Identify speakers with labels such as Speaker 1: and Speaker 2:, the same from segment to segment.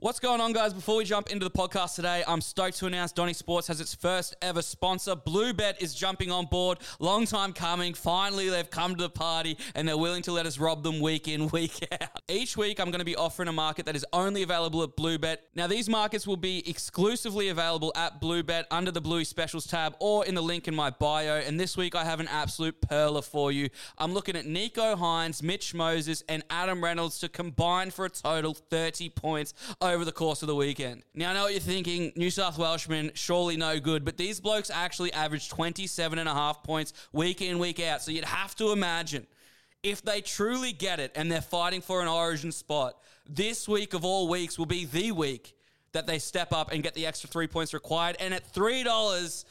Speaker 1: What's going on, guys? Before we jump into the podcast today, I'm stoked to announce Donny Sports has its first ever sponsor. Bluebet is jumping on board. Long time coming. Finally, they've come to the party and they're willing to let us rob them week in, week out. Each week, I'm going to be offering a market that is only available at Bluebet. Now, these markets will be exclusively available at Bluebet under the Bluey Specials tab or in the link in my bio. And this week, I have an absolute perler for you. I'm looking at Nico Hines, Mitch Moses, and Adam Reynolds to combine for a total 30 points over the course of the weekend. Now, I know what you're thinking New South Welshmen, surely no good, but these blokes actually averaged 27 and a half points week in, week out. So you'd have to imagine if they truly get it and they're fighting for an origin spot, this week of all weeks will be the week that they step up and get the extra three points required. And at $3,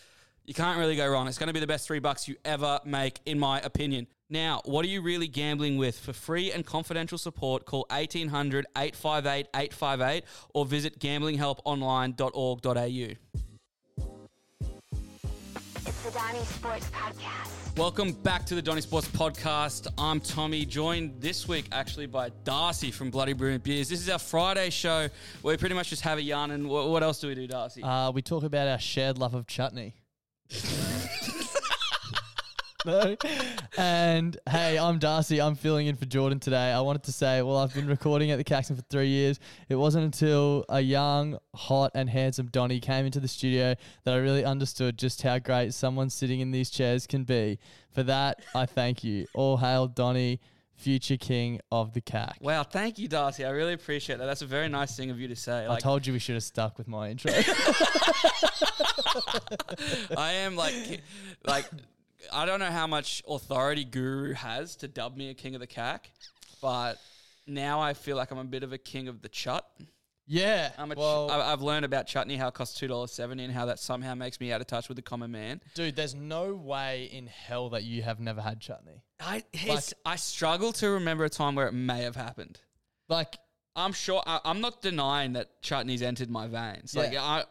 Speaker 1: you can't really go wrong. It's going to be the best three bucks you ever make, in my opinion. Now, what are you really gambling with? For free and confidential support, call 1800 858 858 or visit gamblinghelponline.org.au.
Speaker 2: It's the Donny Sports Podcast.
Speaker 1: Welcome back to the Donny Sports Podcast. I'm Tommy, joined this week actually by Darcy from Bloody Brilliant Beers. This is our Friday show where we pretty much just have a yarn. And what, what else do we do, Darcy?
Speaker 3: Uh, we talk about our shared love of chutney. no. And hey, I'm Darcy. I'm filling in for Jordan today. I wanted to say, well, I've been recording at the Caxton for three years. It wasn't until a young, hot, and handsome Donny came into the studio that I really understood just how great someone sitting in these chairs can be. For that, I thank you. All hail Donny, future king of the CAC.
Speaker 1: wow, thank you, Darcy. I really appreciate that. That's a very nice thing of you to say.
Speaker 3: I
Speaker 1: Like,
Speaker 3: told you we should have stuck with my intro.
Speaker 1: I am like, ki- like, I don't know how much authority Guru has to dub me a king of the cack, but now I feel like I'm a bit of a king of the chut.
Speaker 3: yeah.
Speaker 1: I'm a ch-
Speaker 3: well,
Speaker 1: I- I've learned about chutney, how it costs two dollars seventy, and how that somehow makes me out of touch with the common man.
Speaker 3: Dude, there's no way in hell that you have never had chutney.
Speaker 1: I it's- I struggle to remember a time where it may have happened.
Speaker 3: Like,
Speaker 1: I'm sure I, I'm not denying that chutney's entered my veins. Like
Speaker 3: Yeah.
Speaker 1: I,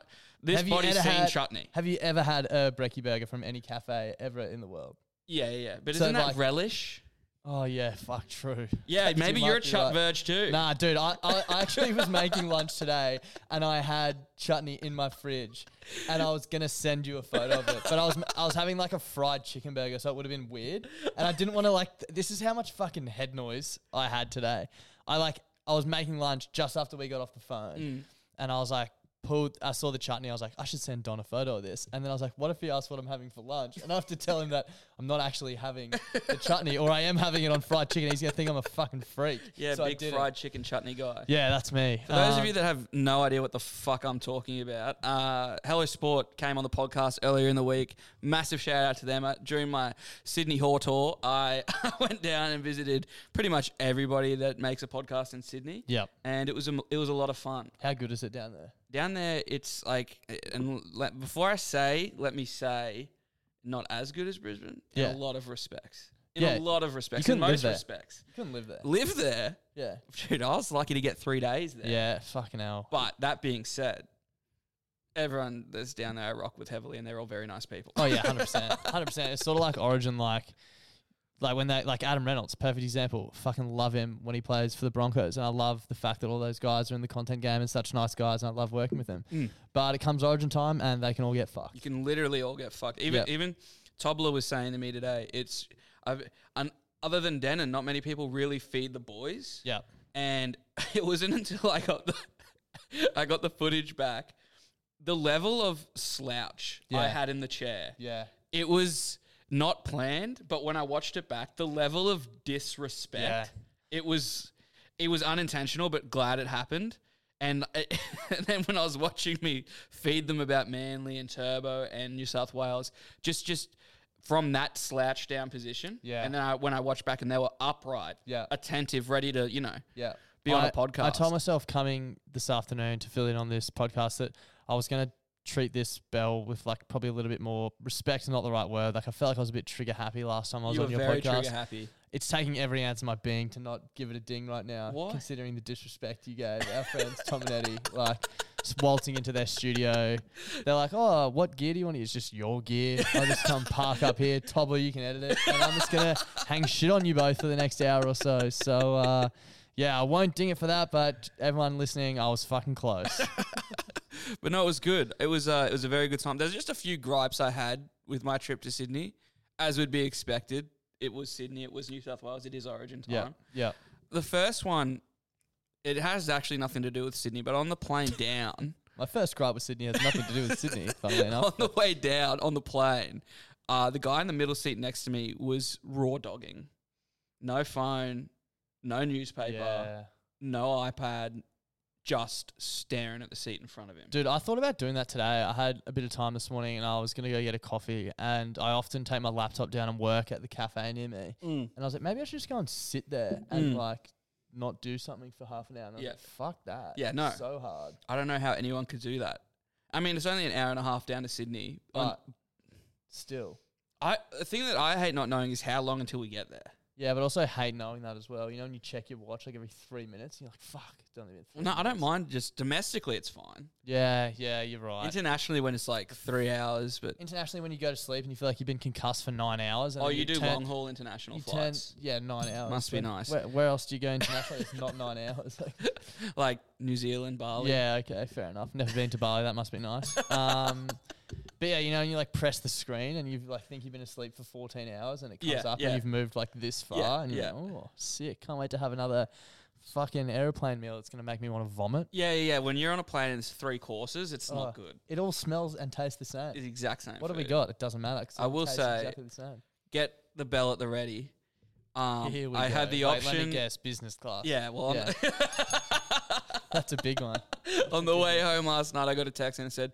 Speaker 1: this
Speaker 3: have
Speaker 1: body's
Speaker 3: you
Speaker 1: seen
Speaker 3: ever had,
Speaker 1: chutney.
Speaker 3: Have you ever had a brekkie burger from any cafe ever in the world?
Speaker 1: Yeah, yeah, yeah. But
Speaker 3: So,
Speaker 1: isn't that
Speaker 3: like-
Speaker 1: relish?
Speaker 3: Oh yeah, fuck true.
Speaker 1: Yeah,
Speaker 3: You
Speaker 1: maybe
Speaker 3: might
Speaker 1: you're a
Speaker 3: be
Speaker 1: chut
Speaker 3: right.
Speaker 1: verge too.
Speaker 3: Nah, dude, I, I, I actually was making lunch today and I had chutney in my fridge and I was gonna send you a photo of it. But I was I was having like a fried chicken burger, so it would have been weird. And I didn't want to like th- this is how much fucking head noise I had today. I like I was making lunch just after we got off the phone
Speaker 1: Mm.
Speaker 3: and I was like pulled I saw the chutney, I was like, I should send Don a photo of this. And then I was like, what if he asks what I'm having for lunch? And I have to tell him that I'm not actually having the chutney or I am having it on fried chicken. He's gonna think I'm a fucking freak.
Speaker 1: Yeah,
Speaker 3: So I
Speaker 1: big
Speaker 3: didn't.
Speaker 1: fried chicken chutney guy.
Speaker 3: Yeah, that's me. Uh,
Speaker 1: For those of you that have no idea what the fuck I'm talking about, uh, Hello Sport came on the podcast earlier in the week. Massive shout out to them. Uh, during my Sydney Haw tour, I went down and visited pretty much everybody that makes a podcast in Sydney.
Speaker 3: Yep.
Speaker 1: And it was a, it was a lot of fun.
Speaker 3: how good is it down there?
Speaker 1: Down there, it's like, and let, before I say, let me say, not as good as Brisbane in
Speaker 3: Yeah.
Speaker 1: a lot of respects. In
Speaker 3: Yeah.
Speaker 1: a lot of respects. In
Speaker 3: couldn't live
Speaker 1: most
Speaker 3: there.
Speaker 1: respects.
Speaker 3: You couldn't live there.
Speaker 1: Live there.
Speaker 3: Yeah.
Speaker 1: Dude, I was lucky to get three days there.
Speaker 3: Yeah, fucking hell.
Speaker 1: But that being said, everyone that's down there I rock with heavily, and they're all very nice people.
Speaker 3: Oh yeah, hundred percent, hundred percent. It's sort of like Origin, like, like when they like Adam Reynolds, perfect example. Fucking love him when he plays for the Broncos, and I love the fact that all those guys are in the content game and such nice guys, and I love working with them. But it comes Origin time, and they can all get fucked.
Speaker 1: Mm. you can literally all get fucked. Even
Speaker 3: Yep.
Speaker 1: even Tobler was saying to me today, it's I've, un, other than Denon, not many people really feed the boys.
Speaker 3: Yeah,
Speaker 1: and it wasn't until I got the I got the footage back, the level of slouch I
Speaker 3: Yeah.
Speaker 1: had in the chair.
Speaker 3: yeah,
Speaker 1: It was not planned, but when I watched it back, the level of disrespect, it was it was unintentional, but glad it happened. And, it, and then when I was watching me feed them about Manly and Turbo and New South Wales, just just from that slouch down position,
Speaker 3: Yeah.
Speaker 1: And then I, when I watched back, and they were upright,
Speaker 3: Yeah.
Speaker 1: attentive, ready to you know,
Speaker 3: yeah.
Speaker 1: be on
Speaker 3: I-
Speaker 1: a podcast.
Speaker 3: I told myself coming this afternoon to fill in on this podcast that I was going to treat this bell with like probably a little bit more respect. Is not the right word. Like I felt like I was a bit trigger happy last time I was
Speaker 1: you were
Speaker 3: on your
Speaker 1: very
Speaker 3: podcast.
Speaker 1: trigger happy.
Speaker 3: It's taking every ounce of my being to not give it a ding right now,
Speaker 1: Why?
Speaker 3: considering the disrespect you gave our friends Tom and Eddie, like just waltzing into their studio. They're like, "Oh, what gear do you want?" to use?" It's just your gear. I just come park up here, Tobler. You can edit it, and I'm just gonna hang shit on you both for the next hour or so. So uh, Yeah, I won't ding it for that, but everyone listening, I was fucking close.
Speaker 1: But no, it was good. It was uh, it was a very good time. There's just a few gripes I had with my trip to Sydney, as would be expected. It was Sydney. It was New South Wales. It is Origin time.
Speaker 3: yeah, yeah.
Speaker 1: The first one, it has actually nothing to do with Sydney. But on the plane down,
Speaker 3: My first gripe with Sydney has nothing to do with Sydney, funnily enough.
Speaker 1: on the way down on the plane, uh, the guy in the middle seat next to me was raw dogging. No phone, no newspaper,
Speaker 3: Yeah.
Speaker 1: no iPad, just staring at the seat in front of him.
Speaker 3: Dude, I thought about doing that today. I had a bit of time this morning and I was going to go get a coffee. And I often take my laptop down and work at the cafe near me.
Speaker 1: Mm.
Speaker 3: And I was like, maybe I should just go and sit there and like not do something for half an hour. And I was
Speaker 1: Yeah.
Speaker 3: like, fuck that.
Speaker 1: Yeah, no.
Speaker 3: So hard.
Speaker 1: I don't know how anyone could do that. I mean, it's only an hour and a half down to Sydney. Um,
Speaker 3: But still.
Speaker 1: I the thing that I hate not knowing is how long until we get there.
Speaker 3: Yeah, but also hate knowing that as well. You know, when you check your watch like every three minutes, you're like, fuck, it's only been three
Speaker 1: No, I don't
Speaker 3: minutes."
Speaker 1: mind. Just domestically, it's fine.
Speaker 3: Yeah, yeah, you're right.
Speaker 1: Internationally, when it's like three hours, but
Speaker 3: Internationally, when you go to sleep and you feel like you've been concussed for nine hours. And
Speaker 1: oh,
Speaker 3: then
Speaker 1: you do
Speaker 3: turn-
Speaker 1: long haul international
Speaker 3: You turn,
Speaker 1: flights
Speaker 3: yeah, nine hours.
Speaker 1: Must be
Speaker 3: Where-
Speaker 1: nice.
Speaker 3: Where, where else do you go internationally? it's not nine hours. Like,
Speaker 1: like New Zealand, Bali.
Speaker 3: yeah, okay, fair enough. Never been to Bali. That must be nice. Um, but yeah, you know, and you like press the screen and you like think you've been asleep for 14 hours and it comes
Speaker 1: Yeah,
Speaker 3: up
Speaker 1: yeah.
Speaker 3: and you've moved like this far and you're
Speaker 1: yeah.
Speaker 3: like, oh, sick. Can't wait to have another fucking airplane meal. It's going to make me want to vomit.
Speaker 1: yeah, yeah, yeah. When you're on a plane and it's three courses, it's
Speaker 3: Oh,
Speaker 1: not good.
Speaker 3: It all smells and tastes the same.
Speaker 1: It's the exact same.
Speaker 3: what have we
Speaker 1: food.
Speaker 3: got? It doesn't matter. 'cause it
Speaker 1: I
Speaker 3: all
Speaker 1: will
Speaker 3: tastes
Speaker 1: say-
Speaker 3: exactly the same.
Speaker 1: Get the bell at the ready. Um,
Speaker 3: Here we
Speaker 1: I
Speaker 3: go.
Speaker 1: had the
Speaker 3: Wait,
Speaker 1: option.
Speaker 3: let me guess, business class.
Speaker 1: Yeah, well, on-
Speaker 3: Yeah. That's a big one.
Speaker 1: on the way home last night, I got a text and it said,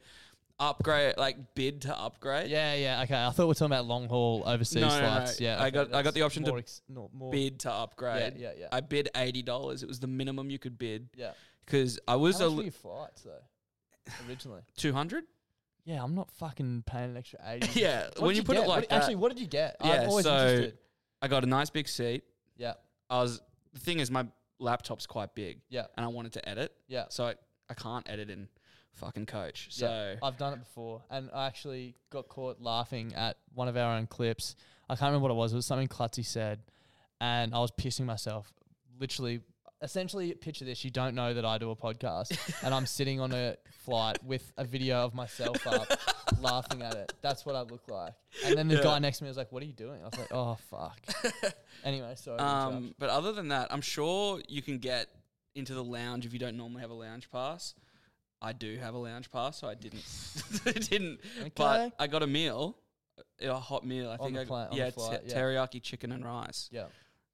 Speaker 1: "Upgrade, like bid to upgrade."
Speaker 3: Yeah, yeah. Okay, I thought we were talking about long haul overseas
Speaker 1: No, no, no.
Speaker 3: flights. Yeah,
Speaker 1: I
Speaker 3: okay,
Speaker 1: got- I got
Speaker 3: that's
Speaker 1: the option to
Speaker 3: more ex- no, more-
Speaker 1: bid to upgrade.
Speaker 3: Yeah, yeah, yeah.
Speaker 1: I bid eighty dollars. It was the minimum you could bid
Speaker 3: Yeah,
Speaker 1: because I was
Speaker 3: how
Speaker 1: a
Speaker 3: much were your flights though? Originally,
Speaker 1: two hundred.
Speaker 3: yeah, I'm not fucking paying an extra eighty.
Speaker 1: Yeah,
Speaker 3: What
Speaker 1: when
Speaker 3: did
Speaker 1: you put it
Speaker 3: get? What
Speaker 1: like
Speaker 3: did-
Speaker 1: that-
Speaker 3: actually, what did you get?
Speaker 1: Yeah,
Speaker 3: I'm always
Speaker 1: so-
Speaker 3: interested.
Speaker 1: I got a nice big seat.
Speaker 3: Yeah,
Speaker 1: I was the thing is my laptop's quite big.
Speaker 3: Yeah.
Speaker 1: and I wanted to edit.
Speaker 3: Yeah.
Speaker 1: so I, I can't edit in fucking Coach. So
Speaker 3: yeah. I've done it before, and I actually got caught laughing at one of our own clips. I can't remember what it was. It was something Klutzy said, and I was pissing myself. Literally, essentially, picture this: you don't know that I do a podcast, and I'm sitting on a flight with a video of myself up, laughing at it. That's what I look like. And then the
Speaker 1: Yeah.
Speaker 3: guy next to me was like, "What are you doing?" I was like, "Oh fuck." anyway, sorry. to
Speaker 1: um,
Speaker 3: interrupt.
Speaker 1: but other than that, I'm sure you can get into the lounge if you don't normally have a lounge pass. I do have a lounge pass, so I didn't. I didn't. But
Speaker 3: Okay.
Speaker 1: I got a meal, a hot meal. I think
Speaker 3: the
Speaker 1: I
Speaker 3: plane- on
Speaker 1: yeah,
Speaker 3: the flight,
Speaker 1: te-
Speaker 3: yeah.
Speaker 1: teriyaki chicken and rice.
Speaker 3: yeah,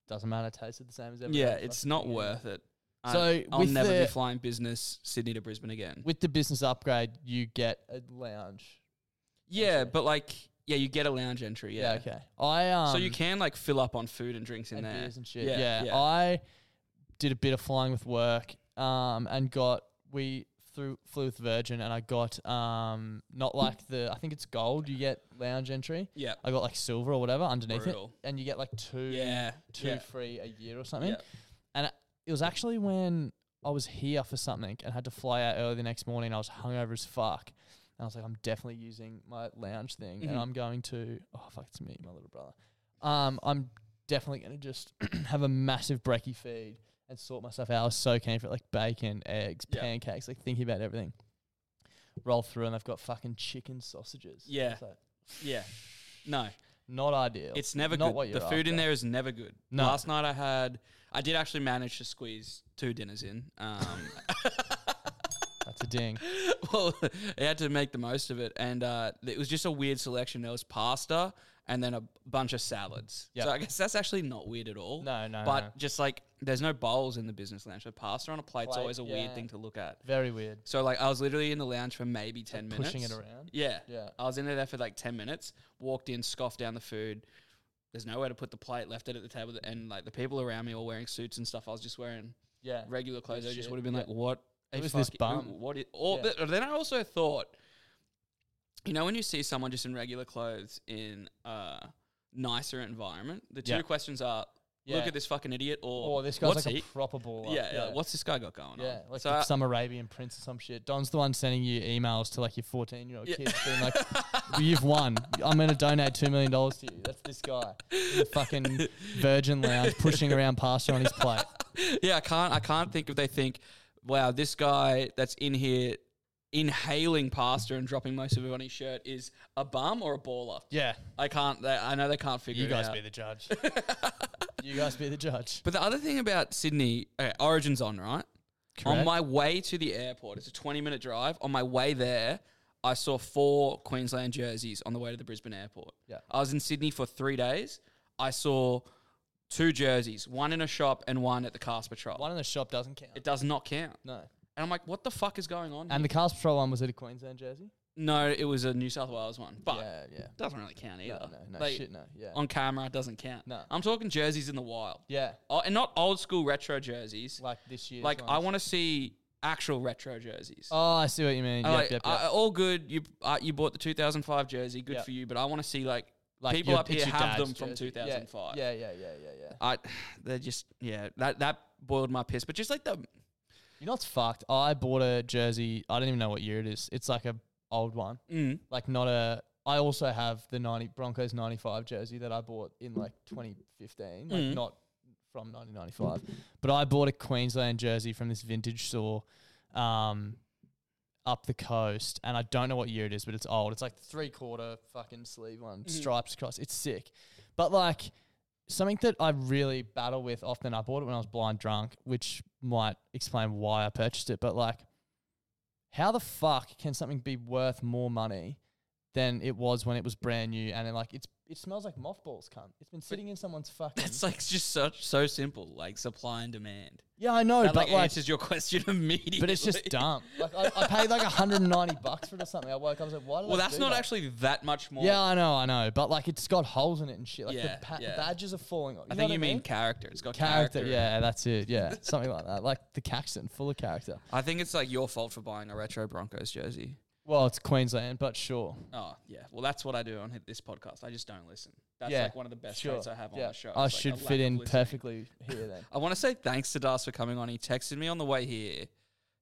Speaker 3: doesn't matter. Tasted the same as ever.
Speaker 1: Yeah, it's not worth it. I,
Speaker 3: So
Speaker 1: I'll
Speaker 3: with
Speaker 1: never be
Speaker 3: the-
Speaker 1: flying business Sydney to Brisbane again.
Speaker 3: With the business upgrade, you get a lounge.
Speaker 1: yeah, but like, yeah, you get a lounge entry. Yeah.
Speaker 3: Yeah. okay. I um.
Speaker 1: So you can like fill up on food and drinks in
Speaker 3: and
Speaker 1: there.
Speaker 3: beers and shit. Yeah, I did a bit of flying with work, um, and got we through flew with Virgin, and I got um, not
Speaker 1: Hmm.
Speaker 3: like the I think it's gold. You get lounge entry.
Speaker 1: Yeah.
Speaker 3: I got like silver or whatever underneath
Speaker 1: Brutal.
Speaker 3: it, and you get like two,
Speaker 1: Yeah,
Speaker 3: two
Speaker 1: yeah.
Speaker 3: free a year or something.
Speaker 1: Yeah.
Speaker 3: And it was actually when I was here for something and had to fly out early the next morning. I was hungover as fuck. And I was like, I'm definitely using my lounge thing,
Speaker 1: Mm-hmm.
Speaker 3: and I'm going to. Oh fuck, it's me, my little brother. Um, I'm definitely gonna just have a massive brekkie feed and sort myself out. I was so keen for it, like bacon, eggs,
Speaker 1: Yeah.
Speaker 3: pancakes, like thinking about everything. Roll through, and they've got fucking chicken sausages.
Speaker 1: Yeah.
Speaker 3: It's like,
Speaker 1: yeah. No,
Speaker 3: not ideal.
Speaker 1: it's never
Speaker 3: not
Speaker 1: good.
Speaker 3: What you're
Speaker 1: the food in
Speaker 3: after.
Speaker 1: there is never good.
Speaker 3: No.
Speaker 1: Last night I had, I did actually manage to squeeze two dinners in. Um,
Speaker 3: That's a ding.
Speaker 1: well, I had to make the most of it, and uh, it was just a weird selection. There was pasta and then a bunch of salads.
Speaker 3: Yeah.
Speaker 1: So I guess that's actually not weird at all.
Speaker 3: No, no,
Speaker 1: But
Speaker 3: no.
Speaker 1: just like there's no bowls in the business lounge, so pasta on a plate's
Speaker 3: Plate,
Speaker 1: always a weird
Speaker 3: yeah.
Speaker 1: thing to look at.
Speaker 3: Very weird.
Speaker 1: So like I was literally in the lounge for maybe ten minutes,
Speaker 3: pushing it around?
Speaker 1: Yeah,
Speaker 3: Yeah.
Speaker 1: I was in there for like ten minutes. Walked in, scoffed down the food. There's nowhere to put the plate. Left it at the table, and like the people around me all wearing suits and stuff. I was just wearing
Speaker 3: Yeah.
Speaker 1: regular clothes. I just
Speaker 3: shit,
Speaker 1: would have been like, what? a
Speaker 3: Who is this
Speaker 1: fucking-
Speaker 3: bum?
Speaker 1: who- What is, or,
Speaker 3: Yeah.
Speaker 1: but then I also thought, you know, when you see someone just in regular clothes in a nicer environment, the two
Speaker 3: Yeah.
Speaker 1: questions are,
Speaker 3: Yeah.
Speaker 1: look at this fucking idiot, or
Speaker 3: Oh, this guy's
Speaker 1: what's
Speaker 3: like
Speaker 1: he?
Speaker 3: a proper baller.
Speaker 1: yeah, yeah, what's this guy got going
Speaker 3: Yeah,
Speaker 1: on?
Speaker 3: like
Speaker 1: So I-
Speaker 3: some Arabian prince or some shit. Don's the one sending you emails to like your 14 year old kids being like, You've won. I'm going to donate $2 million to you. That's this guy. in the fucking Virgin Lounge pushing around pasta on his plate.
Speaker 1: yeah, I can't. I can't think if they think, wow, this guy that's in here inhaling pasta and dropping most of it on his shirt is a bum or a baller.
Speaker 3: Yeah.
Speaker 1: I can't. They, I know they can't figure
Speaker 3: You
Speaker 1: it
Speaker 3: guys
Speaker 1: out.
Speaker 3: be the judge. you guys be the judge.
Speaker 1: But the other thing about Sydney, okay, Origin's on, right? On
Speaker 3: Correct.
Speaker 1: my way to the airport, it's a 20 minute drive. On my way there, I saw four Queensland jerseys on the way to the Brisbane airport.
Speaker 3: Yeah.
Speaker 1: I was in Sydney for three days. I saw two jerseys, one in a shop and one at the Cast Patrol.
Speaker 3: One in the shop doesn't count.
Speaker 1: it does not count.
Speaker 3: no.
Speaker 1: And I'm like, what the fuck is going on?
Speaker 3: And the Cast Patrol one was it a Queensland jersey?
Speaker 1: no, it was a New South Wales one, but
Speaker 3: yeah, yeah.
Speaker 1: doesn't really count either.
Speaker 3: No, no, no
Speaker 1: Like,
Speaker 3: shit, no. Yeah.
Speaker 1: On camera, it doesn't count.
Speaker 3: No.
Speaker 1: I'm talking jerseys in the wild.
Speaker 3: yeah.
Speaker 1: Oh, and not old school retro jerseys.
Speaker 3: Like this year.
Speaker 1: Like I want to see actual retro jerseys.
Speaker 3: Oh, I see what you mean.
Speaker 1: Uh,
Speaker 3: yep,
Speaker 1: like,
Speaker 3: yep, yep.
Speaker 1: uh, all good. You uh, you bought the 2005 jersey. Good
Speaker 3: Yep.
Speaker 1: for you. But I want to see like,
Speaker 3: Like
Speaker 1: people
Speaker 3: your-
Speaker 1: up here
Speaker 3: it's your
Speaker 1: have them
Speaker 3: dad's
Speaker 1: from
Speaker 3: jersey. Yeah,
Speaker 1: 2005.
Speaker 3: Yeah, yeah, yeah, yeah, yeah.
Speaker 1: I they're just yeah that that boiled my piss. But just like the
Speaker 3: You know what's fucked? I bought a jersey. I don't even know what year it is. It's like a old one.
Speaker 1: mm,
Speaker 3: Like not a. I also have the ninety Broncos ninety five jersey that I bought in like twenty fifteen. Like
Speaker 1: Mm.
Speaker 3: not from nineteen ninety five, but I bought a Queensland jersey from this vintage store, um, up the coast, and I don't know what year it is, but it's old. It's like three quarter fucking sleeve one, stripes across. It's sick, but like. Something that I really battle with often, I bought it when I was blind drunk, which might explain why I purchased it. But like, how the fuck can something be worth more money than it was when it was brand new and it, like it's it smells like mothballs, cunt. It's been sitting in someone's fucking
Speaker 1: it's like just such so simple like supply and demand.
Speaker 3: Yeah, I know,
Speaker 1: That
Speaker 3: but
Speaker 1: like,
Speaker 3: like
Speaker 1: answers your question immediately.
Speaker 3: but it's just dumb. Like I, I paid like 190 bucks for it or something. I woke up I was like, why did
Speaker 1: Well,
Speaker 3: I
Speaker 1: that's
Speaker 3: do
Speaker 1: not
Speaker 3: that?
Speaker 1: actually that much more.
Speaker 3: Yeah, I know, I know. But like it's got holes in it and shit. Like
Speaker 1: Yeah,
Speaker 3: the, pa-
Speaker 1: yeah.
Speaker 3: badges are falling off.
Speaker 1: I
Speaker 3: know
Speaker 1: think
Speaker 3: what
Speaker 1: you mean, character. It's got character.
Speaker 3: character.
Speaker 1: in it.
Speaker 3: Yeah, that's it. Yeah. something like that. Like the Caxton, full of character.
Speaker 1: I think it's like your fault for buying a retro Broncos jersey.
Speaker 3: Well, it's Queensland, but sure.
Speaker 1: Oh yeah, well that's what I do on this podcast. I just don't listen. That's
Speaker 3: yeah.
Speaker 1: like one of the best
Speaker 3: sure.
Speaker 1: traits I have on
Speaker 3: yeah.
Speaker 1: the show.
Speaker 3: I
Speaker 1: It's like
Speaker 3: should
Speaker 1: a lack of
Speaker 3: fit in
Speaker 1: listening.
Speaker 3: perfectly here then.
Speaker 1: I want to say thanks to Das for coming on. He texted me on the way here.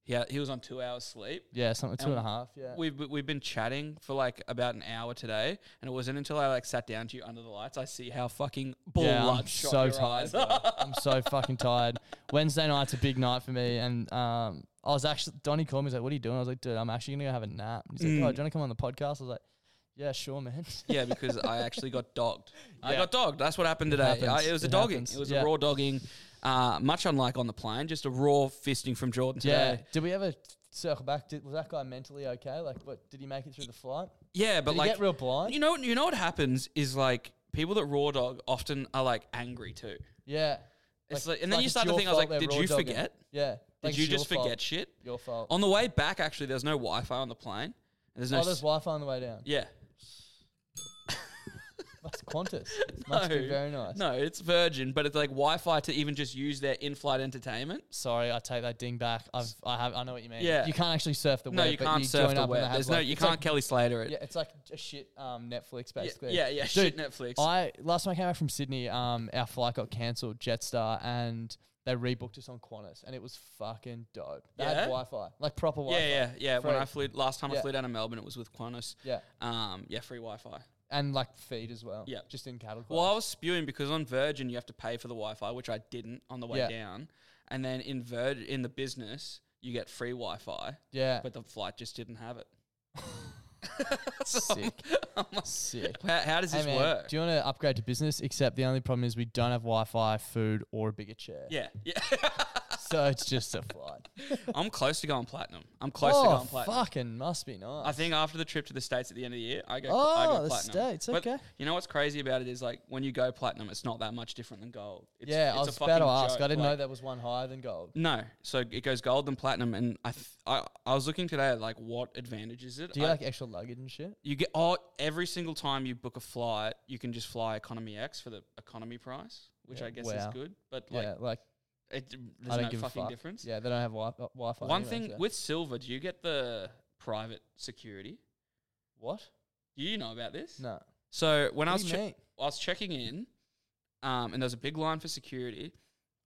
Speaker 1: Yeah, he was on two hours sleep.
Speaker 3: Yeah, something two
Speaker 1: And
Speaker 3: and a half. Yeah.
Speaker 1: We've we've been chatting for like about an hour today, and it wasn't until I like sat down to you under the lights I see how fucking blood
Speaker 3: yeah, I'm
Speaker 1: shot
Speaker 3: so
Speaker 1: your
Speaker 3: tired.
Speaker 1: eyes.
Speaker 3: bro. I'm so fucking tired. Wednesday night's a big night for me, and um, I was actually Donnie called me. He's like, "What are you doing?" I was like, "Dude, I'm actually gonna go have a nap." And he's like, "Oh, do you wanna come on the podcast?" I was like, "Yeah, sure, man."
Speaker 1: Mm. yeah, because I actually got dogged. I
Speaker 3: Yeah.
Speaker 1: got dogged. That's what happened today.
Speaker 3: happens.
Speaker 1: I, it was a
Speaker 3: It
Speaker 1: dogging.
Speaker 3: happens.
Speaker 1: It was
Speaker 3: Yeah.
Speaker 1: a raw dogging. Uh, much unlike on the plane, just a raw fisting from Jordan today.
Speaker 3: yeah. Did we ever circle back? Did, was that guy mentally okay? Like, what did he make it through the flight?
Speaker 1: Yeah, but
Speaker 3: Did
Speaker 1: like
Speaker 3: he get real blind?
Speaker 1: You know, what- you know what happens is like people that raw dog often are like angry too.
Speaker 3: yeah.
Speaker 1: It's like- and then you start to
Speaker 3: your
Speaker 1: think, I was
Speaker 3: fault
Speaker 1: like,
Speaker 3: they're
Speaker 1: did
Speaker 3: raw
Speaker 1: you
Speaker 3: dogging.
Speaker 1: forget?
Speaker 3: Yeah.
Speaker 1: Did
Speaker 3: Like,
Speaker 1: you
Speaker 3: it's your
Speaker 1: just
Speaker 3: fault.
Speaker 1: forget shit?
Speaker 3: Your fault.
Speaker 1: On the way back, actually, there's no Wi-Fi on the plane. There's no.
Speaker 3: oh,
Speaker 1: s-
Speaker 3: there's Wi-Fi on the way down.
Speaker 1: yeah.
Speaker 3: That's Qantas. Must be very nice.
Speaker 1: No, it's Virgin, but it's like Wi-Fi to even just use their in-flight entertainment.
Speaker 3: Sorry, I take that ding back. I've, I have, I know what you mean.
Speaker 1: Yeah.
Speaker 3: you can't actually surf the web.
Speaker 1: No, you
Speaker 3: but
Speaker 1: can't
Speaker 3: you
Speaker 1: surf
Speaker 3: join
Speaker 1: the
Speaker 3: up and they
Speaker 1: web.
Speaker 3: have,
Speaker 1: There's no,
Speaker 3: like-
Speaker 1: you
Speaker 3: it's like-
Speaker 1: can't Kelly Slater it.
Speaker 3: yeah, it's like a shit um, Netflix basically.
Speaker 1: yeah, yeah, shit Netflix.
Speaker 3: I last time I came back from Sydney, um, our flight got cancelled, Jetstar, and they rebooked us on Qantas, and it was fucking dope. They
Speaker 1: Yeah?
Speaker 3: had Wi-Fi, like proper Wi-Fi.
Speaker 1: Yeah, yeah, yeah. When
Speaker 3: Free.
Speaker 1: I flew last time, I
Speaker 3: Yeah.
Speaker 1: flew down to Melbourne. It was with Qantas.
Speaker 3: Yeah.
Speaker 1: Um. Yeah. Free Wi-Fi.
Speaker 3: and like feed as well.
Speaker 1: Yeah.
Speaker 3: just in cattle.
Speaker 1: Well,
Speaker 3: class.
Speaker 1: I was spewing because on Virgin you have to pay for the Wi-Fi, which I didn't on the way
Speaker 3: Yeah.
Speaker 1: down, and then in Virgin in the business you get free Wi-Fi,
Speaker 3: yeah,
Speaker 1: but the flight just didn't have it.
Speaker 3: sick, sick.
Speaker 1: How, how does
Speaker 3: Hey,
Speaker 1: this
Speaker 3: man,
Speaker 1: work?
Speaker 3: Do you want to upgrade to business? Except the only problem is we don't have Wi-Fi, food, or a bigger chair.
Speaker 1: yeah, yeah.
Speaker 3: so it's just a flight.
Speaker 1: I'm close to going platinum. I'm close to
Speaker 3: oh,
Speaker 1: going platinum.
Speaker 3: fucking must be nice.
Speaker 1: I think after the trip to the states at the end of the year, I go. I
Speaker 3: Oh,
Speaker 1: go
Speaker 3: the
Speaker 1: platinum.
Speaker 3: States,
Speaker 1: But
Speaker 3: okay.
Speaker 1: you know what's crazy about it is like when you go platinum, it's not that much different than gold. It's,
Speaker 3: yeah,
Speaker 1: it's
Speaker 3: I
Speaker 1: a
Speaker 3: was about to
Speaker 1: fucking
Speaker 3: ask.
Speaker 1: joke,
Speaker 3: I didn't
Speaker 1: like-
Speaker 3: know that was one higher than gold.
Speaker 1: No, so it goes gold and platinum, and I, th- I I was looking today at like what advantage is it?
Speaker 3: Do you
Speaker 1: I-
Speaker 3: like extra luggage and shit?
Speaker 1: You get oh every single time you book a flight, you can just fly economy X for the economy price, which
Speaker 3: Yeah.
Speaker 1: I guess is
Speaker 3: Wow.
Speaker 1: good. But like,
Speaker 3: yeah, like
Speaker 1: it,
Speaker 3: I
Speaker 1: there's
Speaker 3: don't
Speaker 1: no
Speaker 3: give
Speaker 1: fucking
Speaker 3: a fuck.
Speaker 1: difference.
Speaker 3: Yeah, they don't have wi- uh, Wi-Fi.
Speaker 1: One
Speaker 3: anyway,
Speaker 1: thing
Speaker 3: so-
Speaker 1: with silver, do you get the private security?
Speaker 3: what?
Speaker 1: Do you know about this?
Speaker 3: No.
Speaker 1: So when I
Speaker 3: What
Speaker 1: was
Speaker 3: do you
Speaker 1: che-
Speaker 3: mean?
Speaker 1: I was checking in, um, and there's a big line for security,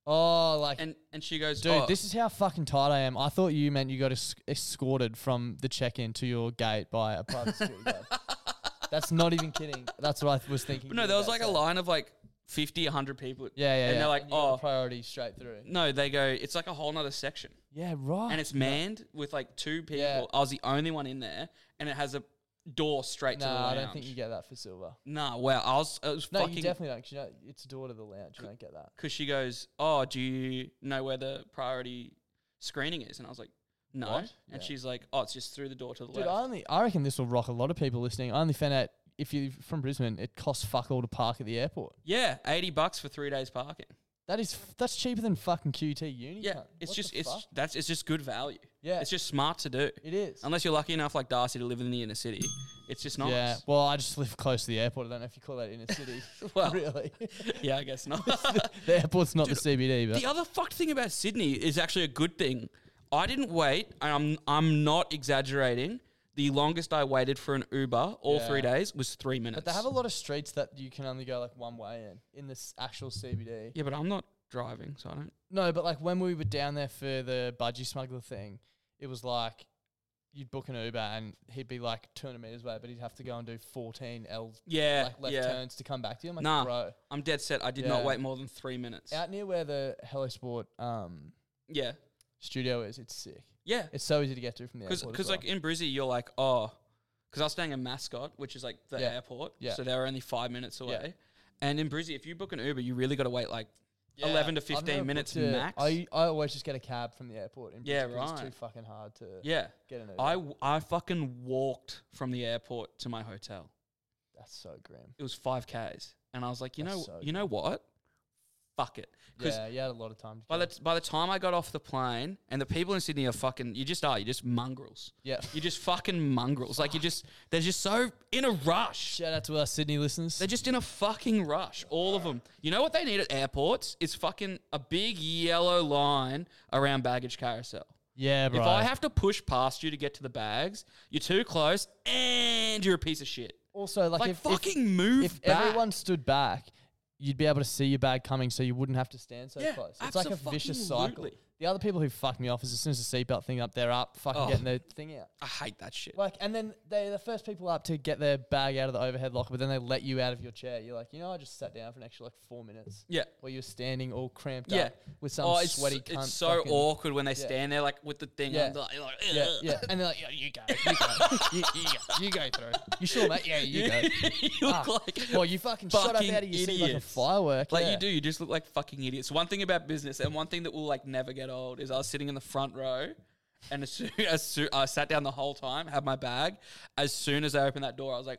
Speaker 3: Oh, like
Speaker 1: and and she goes,
Speaker 3: dude,
Speaker 1: "Oh,
Speaker 3: this is how fucking tired I am. I thought you meant you got esc- escorted from the check-in to your gate by a private security guard. That's not even kidding. That's what I th- was thinking.
Speaker 1: But no,
Speaker 3: you
Speaker 1: there was
Speaker 3: about
Speaker 1: like a
Speaker 3: saying.
Speaker 1: line of like 50, 100 people.
Speaker 3: Yeah, yeah.
Speaker 1: And
Speaker 3: yeah.
Speaker 1: they're like,
Speaker 3: you got the
Speaker 1: oh,
Speaker 3: priority straight through.
Speaker 1: no, they go, it's like a whole nother section.
Speaker 3: Yeah, right.
Speaker 1: And it's manned with like two people.
Speaker 3: Yeah.
Speaker 1: I was the only one in there, and it has a door straight
Speaker 3: no,
Speaker 1: to the
Speaker 3: I
Speaker 1: lounge.
Speaker 3: don't think you get that for silver.
Speaker 1: Nah, well, I was, I was
Speaker 3: No,
Speaker 1: fucking.
Speaker 3: you definitely don't. 'cause you know, it's a door to the lounge. You don't get that.
Speaker 1: Because she goes, oh, do you know where the priority screening is? And I was like, no.
Speaker 3: What?
Speaker 1: And
Speaker 3: Yeah.
Speaker 1: she's like, oh, it's just through the door to the
Speaker 3: Dude,
Speaker 1: left.
Speaker 3: I only I reckon this will rock a lot of people listening. I only found out if you're from Brisbane, it costs fuck all to park at the airport.
Speaker 1: yeah, eighty bucks for three days parking.
Speaker 3: That is f- that's cheaper than fucking QT uni.
Speaker 1: Yeah,
Speaker 3: cunt.
Speaker 1: it's
Speaker 3: What
Speaker 1: just
Speaker 3: the
Speaker 1: it's
Speaker 3: fuck?
Speaker 1: that's it's just good value.
Speaker 3: Yeah.
Speaker 1: it's just smart to do.
Speaker 3: it is.
Speaker 1: Unless you're lucky enough, like Darcy, to live in the inner city, it's just nice.
Speaker 3: Yeah. Well, I just live close to the airport. I don't know if you call that inner city.
Speaker 1: Well.
Speaker 3: really,
Speaker 1: Yeah, I guess not.
Speaker 3: the airport's not the CBD, but
Speaker 1: the other fucked thing about Sydney is actually a good thing. I didn't wait, and I'm I'm not exaggerating. The longest I waited for an Uber all
Speaker 3: Yeah.
Speaker 1: three days was three minutes.
Speaker 3: but they have a lot of streets that you can only go like one way in in this actual CBD.
Speaker 1: yeah, but I'm not driving, so I don't.
Speaker 3: No, but like when we were down there for the budgie smuggler thing, it was like you'd book an Uber and he'd be like 200 meters away, but he'd have to go and do 14 L
Speaker 1: Yeah,
Speaker 3: like left
Speaker 1: yeah.
Speaker 3: turns to come back to you. I'm like,
Speaker 1: Nah.
Speaker 3: bro,
Speaker 1: I'm dead set. I did
Speaker 3: Yeah.
Speaker 1: not wait more than three minutes.
Speaker 3: out near where the Hello Sport um,
Speaker 1: Yeah,
Speaker 3: studio is, it's sick.
Speaker 1: yeah.
Speaker 3: It's so easy to get to from the
Speaker 1: Because
Speaker 3: airport. as well.
Speaker 1: like in Brizzy, you're like, oh, because I was staying in Mascot, which is like the
Speaker 3: Yeah.
Speaker 1: airport.
Speaker 3: Yeah.
Speaker 1: So they were only five minutes away. And in Brizzy, if you book an Uber, you really got to wait like 11 to
Speaker 3: I've never
Speaker 1: 15 minutes
Speaker 3: booked a-
Speaker 1: max.
Speaker 3: I, I always just get a cab from the airport. In
Speaker 1: Yeah,
Speaker 3: Brisbane 'cause It's
Speaker 1: right.
Speaker 3: too fucking hard to
Speaker 1: yeah.
Speaker 3: get an Uber.
Speaker 1: I, w- I fucking walked from the airport to my hotel.
Speaker 3: That's so grim.
Speaker 1: It was 5Ks. And I was like, you
Speaker 3: That's
Speaker 1: know,
Speaker 3: so
Speaker 1: you know what? Fuck it. Because
Speaker 3: Yeah, you had a lot of time. To
Speaker 1: by,
Speaker 3: kill.
Speaker 1: the t- by the time I got off the plane, and the people in Sydney are fucking, you just are, you're just mongrels.
Speaker 3: yeah.
Speaker 1: You're just fucking mongrels. Like, you're just, they're just so in a rush.
Speaker 3: Shout out to our Sydney listeners.
Speaker 1: They're just in a fucking rush, all of them. You know what they need at airports? It's fucking a big yellow line around baggage carousel.
Speaker 3: yeah, bro.
Speaker 1: If I have to push past you to get to the bags, you're too close and you're a piece of shit.
Speaker 3: also like,
Speaker 1: Like,
Speaker 3: if, if-
Speaker 1: fucking move
Speaker 3: if
Speaker 1: back.
Speaker 3: everyone stood back, you'd be able to see your bag coming, so you wouldn't have to stand so
Speaker 1: Yeah,
Speaker 3: close. It's like a vicious cycle.
Speaker 1: abso-fucking-lutely.
Speaker 3: The other people who fucked me off is as soon as the seatbelt thing up, they're up, fucking
Speaker 1: Oh.
Speaker 3: getting their thing out.
Speaker 1: I hate that shit.
Speaker 3: Like, and then they're the first people up to get their bag out of the overhead locker, but then they let you out of your chair. You're like, you know, I just sat down for an extra like four minutes.
Speaker 1: Yeah.
Speaker 3: Where you're standing all cramped
Speaker 1: Yeah.
Speaker 3: up with some
Speaker 1: oh, it's,
Speaker 3: sweaty
Speaker 1: so-
Speaker 3: cunt.
Speaker 1: it's so
Speaker 3: fucking-
Speaker 1: awkward when they stand there like with the thing
Speaker 3: Yeah.
Speaker 1: on. Like, like,
Speaker 3: Yeah,
Speaker 1: "Ugh."
Speaker 3: yeah. And they're like, yeah, you go, you go, you, you go, you go through. You sure, mate? Yeah, you go.
Speaker 1: you look
Speaker 3: Ah,
Speaker 1: like
Speaker 3: well, you fucking, shut up
Speaker 1: fucking
Speaker 3: out of your seat like a
Speaker 1: idiots.
Speaker 3: firework.
Speaker 1: Like
Speaker 3: yeah.
Speaker 1: you do, you just look like fucking idiots. One thing about business, and one thing that will like never get old, is I was sitting in the front row, and as soon as soo- I sat down the whole time, had my bag. As soon as I opened that door, I was like,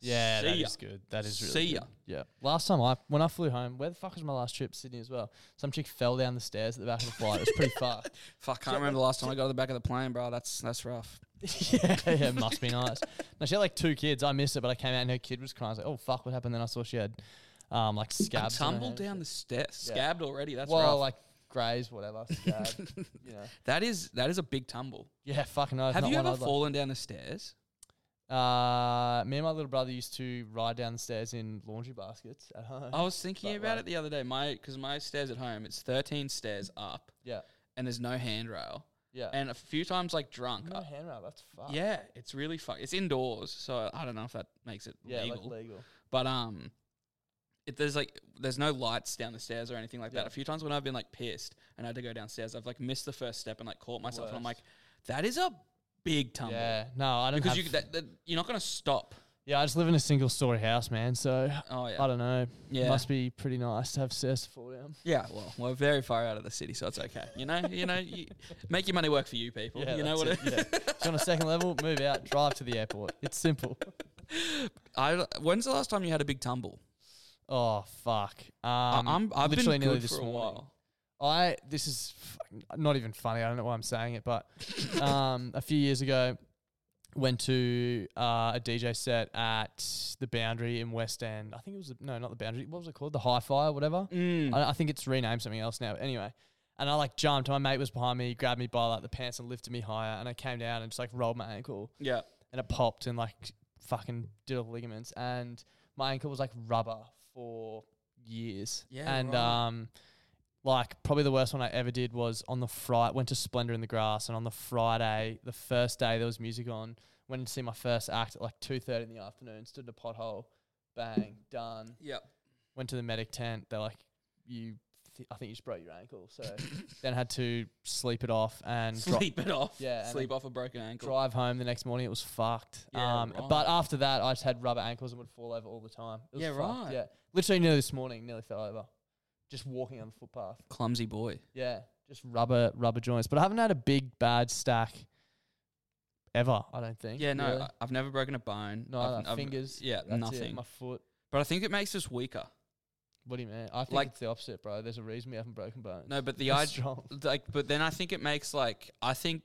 Speaker 3: Yeah, that
Speaker 1: See
Speaker 3: is
Speaker 1: ya.
Speaker 3: good. That is really
Speaker 1: See
Speaker 3: good.
Speaker 1: ya.
Speaker 3: Yeah. Last time I when I flew home, where the fuck was my last trip? Sydney as well. Some chick fell down the stairs at the back of the flight. It was pretty far.
Speaker 1: "Fuck, can't remember the last time I got to the back of the plane, bro. That's that's rough."
Speaker 3: yeah, yeah, it must be nice. No, she had like two kids. I missed it, but I came out and her kid was crying. I was like, oh fuck, what happened? Then I saw she had um like
Speaker 1: I
Speaker 3: scabs. on her
Speaker 1: tumbled
Speaker 3: hand.
Speaker 1: down the stairs,
Speaker 3: Yeah.
Speaker 1: scabbed already. That's
Speaker 3: Well,
Speaker 1: rough.
Speaker 3: like grays, whatever. Scab. you know.
Speaker 1: that is that is a big tumble.
Speaker 3: Yeah, fucking no. it's
Speaker 1: Have
Speaker 3: not
Speaker 1: you
Speaker 3: one
Speaker 1: ever
Speaker 3: I'd like-
Speaker 1: fallen down the stairs?
Speaker 3: Uh, me and my little brother used to ride down the stairs in laundry baskets at home.
Speaker 1: I was thinking
Speaker 3: But,
Speaker 1: about
Speaker 3: like-
Speaker 1: it the other day. My because my stairs at home, it's thirteen stairs up,
Speaker 3: Yeah,
Speaker 1: and there's no handrail.
Speaker 3: yeah.
Speaker 1: And a few times, like drunk,
Speaker 3: no
Speaker 1: I-
Speaker 3: handrail. That's fuck.
Speaker 1: Uh, Yeah, it's really fuck. It's indoors, so I don't know if that makes it
Speaker 3: yeah,
Speaker 1: legal.
Speaker 3: like legal.
Speaker 1: but um, it, there's like there's no lights down the stairs or anything like that.
Speaker 3: Yeah.
Speaker 1: A few times when I've been like pissed and I had to go downstairs, I've like missed the first step and like caught myself, and I'm like,
Speaker 3: worst.
Speaker 1: that is a big tumble
Speaker 3: Yeah, no, I don't
Speaker 1: because
Speaker 3: have
Speaker 1: you that, that, you're not gonna stop.
Speaker 3: Yeah, I just live in a single story house, man. So
Speaker 1: Oh
Speaker 3: I
Speaker 1: yeah,
Speaker 3: don't know.
Speaker 1: Yeah.
Speaker 3: Must be pretty nice to have stairs to fall down.
Speaker 1: yeah. Well, we're very far out of the city, so it's okay. You know, you know, you make your money work for you people. you know what? I-
Speaker 3: yeah. If you're on a second level, move out, drive to the airport. It's simple.
Speaker 1: I when's the last time you had a big tumble?
Speaker 3: Oh fuck.
Speaker 1: I-
Speaker 3: Um,
Speaker 1: I'm I've
Speaker 3: literally
Speaker 1: been
Speaker 3: nearly
Speaker 1: good
Speaker 3: this
Speaker 1: for a
Speaker 3: morning.
Speaker 1: while.
Speaker 3: I this is f- not even funny. I don't know why I'm saying it, but um, a few years ago, went to uh, a DJ set at the Boundary in West End. I think it was the- no, not the Boundary. What was it called? The Hi-Fi or whatever.
Speaker 1: Mm.
Speaker 3: I, I think it's renamed something else now. Anyway, and I like jumped. My mate was behind me, grabbed me by like the pants and lifted me higher, and I came down and just like rolled my ankle,
Speaker 1: Yeah.
Speaker 3: and it popped and like fucking did all the ligaments, and my ankle was like rubber for years.
Speaker 1: Yeah,
Speaker 3: and
Speaker 1: right.
Speaker 3: um. Like probably the worst one I ever did was on the Friday went to Splendor in the Grass and on the Friday the first day there was music on went to see my first act at like two thirty in the afternoon stood in a pothole bang done
Speaker 1: Yeah.
Speaker 3: went to the medic tent. They're like, you, th- I think you just broke your ankle. So then had to sleep it off and dri-
Speaker 1: Sleep it off.
Speaker 3: Yeah, and
Speaker 1: Sleep
Speaker 3: then
Speaker 1: off a broken ankle.
Speaker 3: drive home the next morning. It was fucked.
Speaker 1: Yeah,
Speaker 3: um,
Speaker 1: right.
Speaker 3: But after that, I just had rubber ankles and would fall over all the time. It was
Speaker 1: Yeah,
Speaker 3: fucked,
Speaker 1: right.
Speaker 3: Yeah, literally nearly this morning, nearly fell over, just walking on the footpath.
Speaker 1: Clumsy boy.
Speaker 3: Yeah, just rubber rubber joints. But I haven't had a big bad stack ever. I don't think.
Speaker 1: Yeah, no,
Speaker 3: really.
Speaker 1: I- I've never broken a bone.
Speaker 3: no,
Speaker 1: I've,
Speaker 3: no,
Speaker 1: I've-
Speaker 3: fingers.
Speaker 1: Yeah,
Speaker 3: that's it,
Speaker 1: nothing.
Speaker 3: My foot.
Speaker 1: But I think it makes us weaker.
Speaker 3: What do you mean? I think
Speaker 1: Like-
Speaker 3: it's the opposite, bro. There's a reason we haven't broken bones.
Speaker 1: No, but the
Speaker 3: We're
Speaker 1: idea,
Speaker 3: strong.
Speaker 1: like, but then I think it makes like I think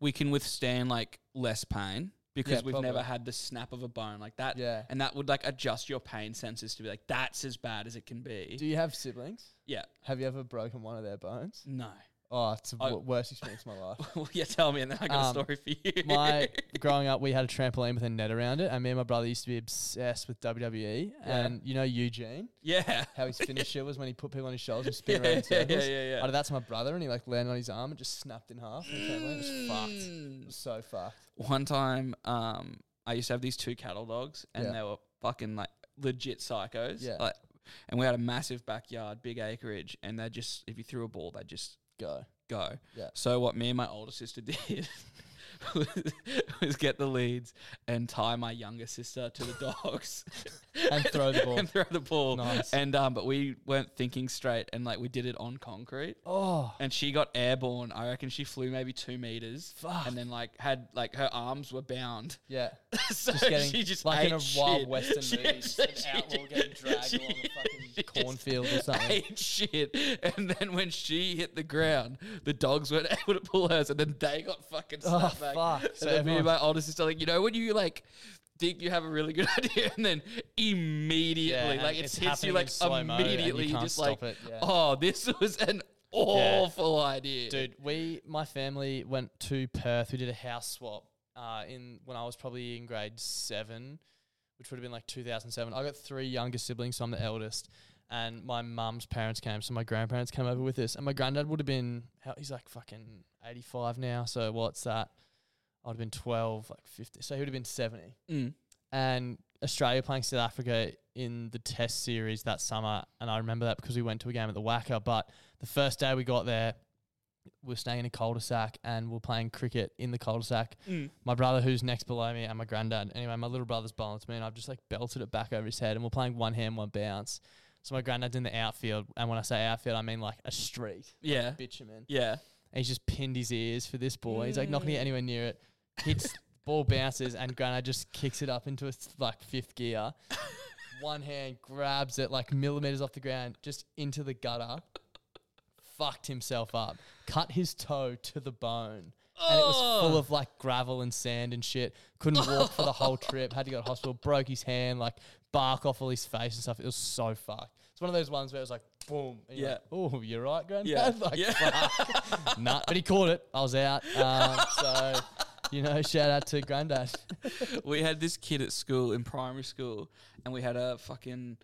Speaker 1: we can withstand like less pain because
Speaker 3: Yeah,
Speaker 1: we've
Speaker 3: probably.
Speaker 1: never had the snap of a bone like that.
Speaker 3: Yeah.
Speaker 1: and that would like adjust your pain sensors to be like that's as bad as it can be.
Speaker 3: Do you have siblings?
Speaker 1: yeah,
Speaker 3: Have you ever broken one of their bones?
Speaker 1: no.
Speaker 3: Oh, it's the
Speaker 1: I-
Speaker 3: wo- worst experience of my life.
Speaker 1: well, yeah, tell me, and then I got
Speaker 3: Um,
Speaker 1: a story for you.
Speaker 3: my growing up, we had a trampoline with a net around it, and me and my brother used to be obsessed with WWE. And you know Eugene,
Speaker 1: yeah,
Speaker 3: how his finisher was when he put people on his shoulders and spin
Speaker 1: Yeah,
Speaker 3: around in
Speaker 1: yeah, yeah,
Speaker 3: circles.
Speaker 1: yeah, yeah.
Speaker 3: I did that to my brother, and he like landed on his arm and just snapped in half. And the trampoline was fucked.
Speaker 1: Mm.
Speaker 3: It was so fucked.
Speaker 1: one time um I used to have these two cattle dogs and
Speaker 3: Yeah.
Speaker 1: they were fucking like legit psychos.
Speaker 3: Yeah.
Speaker 1: Like and we had a massive backyard, big acreage, and they just if you threw a ball, they'd just
Speaker 3: Go.
Speaker 1: go.
Speaker 3: Yeah.
Speaker 1: So what me and my older sister did was, was get the leads and tie my younger sister to the dogs.
Speaker 3: And throw the ball.
Speaker 1: and throw the ball.
Speaker 3: Nice.
Speaker 1: And um but we weren't thinking straight and like we did it on concrete
Speaker 3: Oh,
Speaker 1: and she got airborne. I reckon she flew maybe two meters,
Speaker 3: Fuck.
Speaker 1: and then like had like her arms were bound.
Speaker 3: yeah.
Speaker 1: so
Speaker 3: Just getting
Speaker 1: she just
Speaker 3: like in a
Speaker 1: ate
Speaker 3: wild
Speaker 1: shit.
Speaker 3: western
Speaker 1: She-
Speaker 3: movie, just an
Speaker 1: she-
Speaker 3: outlaw getting dragged
Speaker 1: she-
Speaker 3: along a fucking
Speaker 1: she just
Speaker 3: cornfield or something.
Speaker 1: Ate shit, and then when she hit the ground, the dogs weren't able to pull hers, and then they got fucking
Speaker 3: Oh,
Speaker 1: snapped back.
Speaker 3: fuck.
Speaker 1: So
Speaker 3: So
Speaker 1: then me and
Speaker 3: everyone-
Speaker 1: my older sister, like you know, when you like. Think you have a really good idea, and then immediately,
Speaker 3: and
Speaker 1: like it
Speaker 3: it's
Speaker 1: hits
Speaker 3: happening
Speaker 1: you
Speaker 3: in
Speaker 1: like
Speaker 3: slow mo, and you
Speaker 1: immediately,
Speaker 3: can't
Speaker 1: just like,
Speaker 3: stop it, yeah.
Speaker 1: oh, this was an awful idea,
Speaker 3: Dude, we my family went to Perth. We did a house swap uh, in when I was probably in grade seven, which would have been like 2007. I got three younger siblings, so I'm the eldest. And my mum's parents came, so my grandparents came over with us. And my granddad would have been, how- he's like fucking 85 now. So what's that? I'd have been 12, like 50. So he would have been 70
Speaker 1: Mm.
Speaker 3: and Australia playing South Africa in the Test series that summer, and I remember that because we went to a game at the Wacker. But the first day we got there, we were staying in a cul-de-sac and we are playing cricket in the cul-de-sac.
Speaker 1: Mm.
Speaker 3: My brother, who's next below me, and my granddad. Anyway, my little brother's balanced me, and I've just like belted it back over his head. And we're playing one hand, one bounce. So my granddad's in the outfield, and when I say outfield, I mean like a street,
Speaker 1: Yeah.
Speaker 3: bitumen.
Speaker 1: Yeah.
Speaker 3: And he's just pinned his ears for this ball. He's like not gonna get anywhere near it. Hits ball bounces and Granite just kicks it up into its like fifth gear. One hand grabs it like millimeters off the ground, just into the gutter. Fucked himself up. Cut his toe to the bone. And it was full of like gravel and sand and shit. Couldn't walk for the whole trip. Had to go to hospital. Broke his hand. Like bark off all his face and stuff. It was so fucked. It's one of those ones where it was like boom. And you're
Speaker 1: Yeah.
Speaker 3: like, oh, you're right, Granddad.
Speaker 1: Yeah.
Speaker 3: Like,
Speaker 1: Yeah.
Speaker 3: fuck. nah, but he caught it. I was out. Um, so, you know, shout out to Granddad.
Speaker 1: We had this kid at school in primary school, and we had a fucking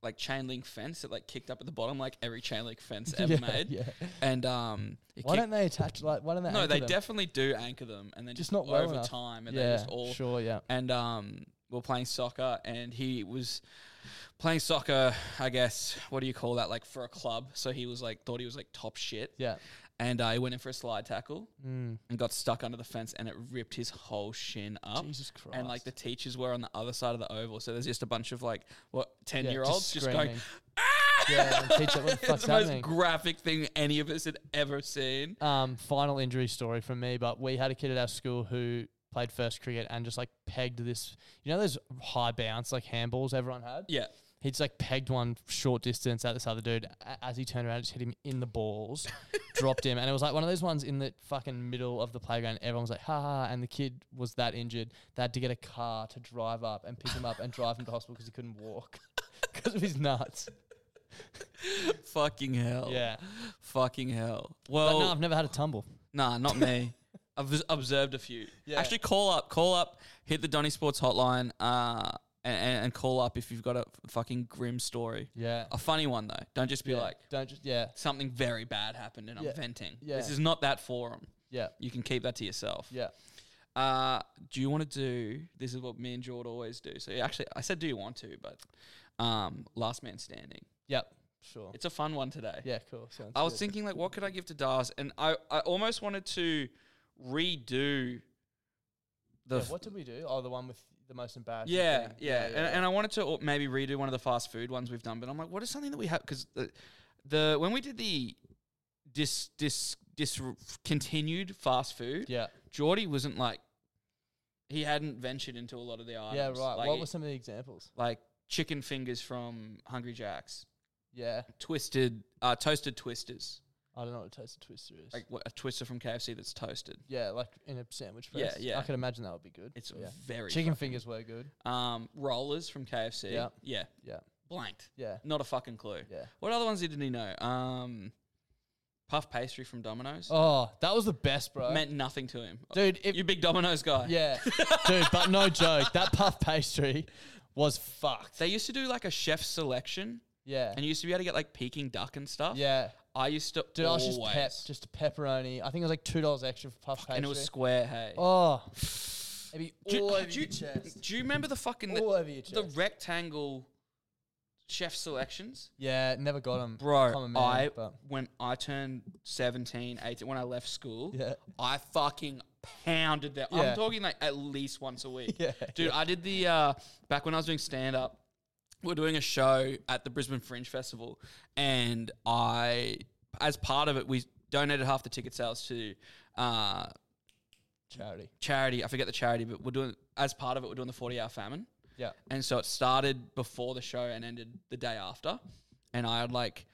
Speaker 1: like chain link fence that like kicked up at the bottom, like every chain link fence ever
Speaker 3: Yeah,
Speaker 1: made.
Speaker 3: yeah.
Speaker 1: And um, it
Speaker 3: Why
Speaker 1: kicked-
Speaker 3: don't they attach? Like, why don't they?
Speaker 1: no,
Speaker 3: anchor
Speaker 1: they
Speaker 3: them?
Speaker 1: definitely do anchor them, and then just,
Speaker 3: just not well
Speaker 1: over
Speaker 3: enough.
Speaker 1: time, and
Speaker 3: yeah,
Speaker 1: they just all
Speaker 3: sure, yeah.
Speaker 1: and um, we we're playing soccer, and he was playing soccer. I guess what do you call that? Like for a club, so he was like thought he was like top shit.
Speaker 3: Yeah.
Speaker 1: and uh, he went in for a slide tackle
Speaker 3: Hmm.
Speaker 1: and got stuck under the fence, and it ripped his whole shin up.
Speaker 3: Jesus Christ.
Speaker 1: And like the teachers were on the other side of the oval, so there's just a bunch of like what ten
Speaker 3: Yeah,
Speaker 1: year
Speaker 3: just
Speaker 1: olds just, going.
Speaker 3: screaming. yeah, and teacher, what the
Speaker 1: it's
Speaker 3: fuck's
Speaker 1: the most
Speaker 3: happening?
Speaker 1: graphic thing any of us had ever seen.
Speaker 3: um, final injury story from me, but we had a kid at our school who played first cricket and just like pegged this. You know those high bounce like handballs everyone had.
Speaker 1: Yeah,
Speaker 3: He just like pegged one short distance at this other dude. A- As he turned around, it just hit him in the balls, dropped him, and it was like one of those ones in the fucking middle of the playground. Everyone was like, "Ha ha!" And the kid was that injured they had to get a car to drive up and pick him up and drive him to hospital because he couldn't walk because of his nuts.
Speaker 1: fucking hell.
Speaker 3: Yeah,
Speaker 1: fucking hell.
Speaker 3: but
Speaker 1: Well,
Speaker 3: no, I've never had a tumble.
Speaker 1: Nah, not me. I've obs- observed a few. Actually, call up, call up, hit the Donny Sports hotline, uh, and- and, and call up if you've got a f- fucking grim story.
Speaker 3: Yeah,
Speaker 1: A funny one though. Don't just be
Speaker 3: Yeah.
Speaker 1: like
Speaker 3: don't just yeah
Speaker 1: something very bad happened and
Speaker 3: Yeah.
Speaker 1: I'm venting.
Speaker 3: Yeah.
Speaker 1: This is not that forum.
Speaker 3: yeah
Speaker 1: You can keep that to yourself.
Speaker 3: yeah.
Speaker 1: Uh, do you want to do? This is what me and Jord always do. So yeah, actually, I said, do you want to? But um, Last Man Standing.
Speaker 3: Yep. Sure.
Speaker 1: It's a fun one today.
Speaker 3: yeah. Cool. Sounds
Speaker 1: I was
Speaker 3: good.
Speaker 1: thinking like, what could I give to Dars? And I, I almost wanted to redo the
Speaker 3: Yeah,
Speaker 1: f-
Speaker 3: what did we do? Oh, the one with the most embarrassing.
Speaker 1: yeah,
Speaker 3: thing.
Speaker 1: yeah, And, and I wanted to al- maybe redo one of the fast food ones we've done, but I'm like, what is something that we have? Because the, the when we did the dis dis discontinued fast food,
Speaker 3: yeah.
Speaker 1: Geordie wasn't like he hadn't ventured into a lot of the items.
Speaker 3: Yeah, right.
Speaker 1: Like,
Speaker 3: what
Speaker 1: it-
Speaker 3: were some of the examples?
Speaker 1: like chicken fingers from Hungry Jack's,
Speaker 3: Yeah.
Speaker 1: twisted uh, toasted twisters,
Speaker 3: I don't know what a toasted twister is.
Speaker 1: like what, a twister from KFC that's toasted.
Speaker 3: yeah, like in a sandwich
Speaker 1: Yeah,
Speaker 3: press.
Speaker 1: yeah.
Speaker 3: I could imagine that would be good.
Speaker 1: It's
Speaker 3: yeah.
Speaker 1: very
Speaker 3: Chicken fingers were good.
Speaker 1: um, rollers from KFC.
Speaker 3: Yeah.
Speaker 1: yeah,
Speaker 3: Yeah.
Speaker 1: blanked.
Speaker 3: Yeah.
Speaker 1: Not a fucking clue.
Speaker 3: Yeah.
Speaker 1: What other ones didn't he know? Um, puff pastry from Domino's
Speaker 3: Oh, that was the best, bro.
Speaker 1: meant nothing to him.
Speaker 3: Dude, if
Speaker 1: you big Domino's guy.
Speaker 3: Yeah. Dude, but no joke. That puff pastry was fucked.
Speaker 1: They used to do like a chef selection,
Speaker 3: Yeah.
Speaker 1: and you used to be able to get like Peking duck and stuff.
Speaker 3: Yeah.
Speaker 1: I used to
Speaker 3: Dude,
Speaker 1: always,
Speaker 3: I was just pep, just a pepperoni. I think it was like two dollars extra for puff pastry.
Speaker 1: and it was square. Hey,
Speaker 3: Oh. It'd be
Speaker 1: do,
Speaker 3: all
Speaker 1: do
Speaker 3: over
Speaker 1: you,
Speaker 3: your chest.
Speaker 1: do you remember the fucking
Speaker 3: All over your
Speaker 1: the
Speaker 3: chest.
Speaker 1: rectangle chef selections?
Speaker 3: Yeah, never got them.
Speaker 1: Bro,
Speaker 3: man,
Speaker 1: I
Speaker 3: but-
Speaker 1: when I turned 17, 18, when I left school,
Speaker 3: Yeah.
Speaker 1: I fucking pounded that.
Speaker 3: Yeah.
Speaker 1: I'm talking like at least once a week.
Speaker 3: Yeah,
Speaker 1: Dude, I did the uh, back when I was doing stand up, we were doing a show at the Brisbane Fringe Festival, and I, as part of it, we donated half the ticket sales to uh,
Speaker 3: charity.
Speaker 1: charity. I forget the charity, but we're doing as part of it, we're doing the 40 hour famine.
Speaker 3: Yeah.
Speaker 1: And so it started before the show and ended the day after. And I had like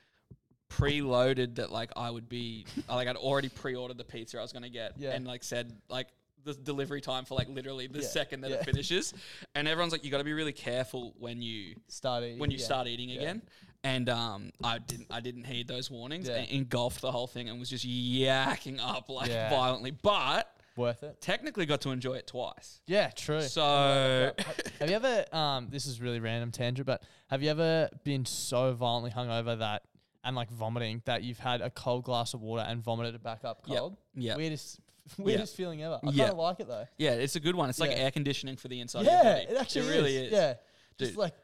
Speaker 1: preloaded that like I would be I, like I'd already pre-ordered the pizza I was gonna get
Speaker 3: Yeah.
Speaker 1: and like said like the delivery time for like literally the
Speaker 3: Yeah,
Speaker 1: second that
Speaker 3: yeah.
Speaker 1: it finishes. And everyone's like, you gotta be really careful when you
Speaker 3: Start eating.
Speaker 1: when you
Speaker 3: yeah.
Speaker 1: start eating again. And um, I didn't I didn't heed those warnings
Speaker 3: Yeah.
Speaker 1: and engulfed the whole thing and was just yakking up like
Speaker 3: Yeah.
Speaker 1: violently. But
Speaker 3: Worth it.
Speaker 1: technically got to enjoy it twice.
Speaker 3: Yeah, true.
Speaker 1: So
Speaker 3: have you ever um this is really random tangent, but have you ever been so violently hungover that and like vomiting that you've had a cold glass of water and vomited it back up
Speaker 1: Yep,
Speaker 3: cold?
Speaker 1: yep.
Speaker 3: Weirdest weirdest feeling ever. I
Speaker 1: Yeah.
Speaker 3: kinda like it though.
Speaker 1: yeah, it's a good one. It's like
Speaker 3: Yeah.
Speaker 1: air conditioning for the inside of your
Speaker 3: yeah,
Speaker 1: body.
Speaker 3: it actually
Speaker 1: Oh, really
Speaker 3: is.
Speaker 1: is.
Speaker 3: Yeah. Just
Speaker 1: Dude.
Speaker 3: like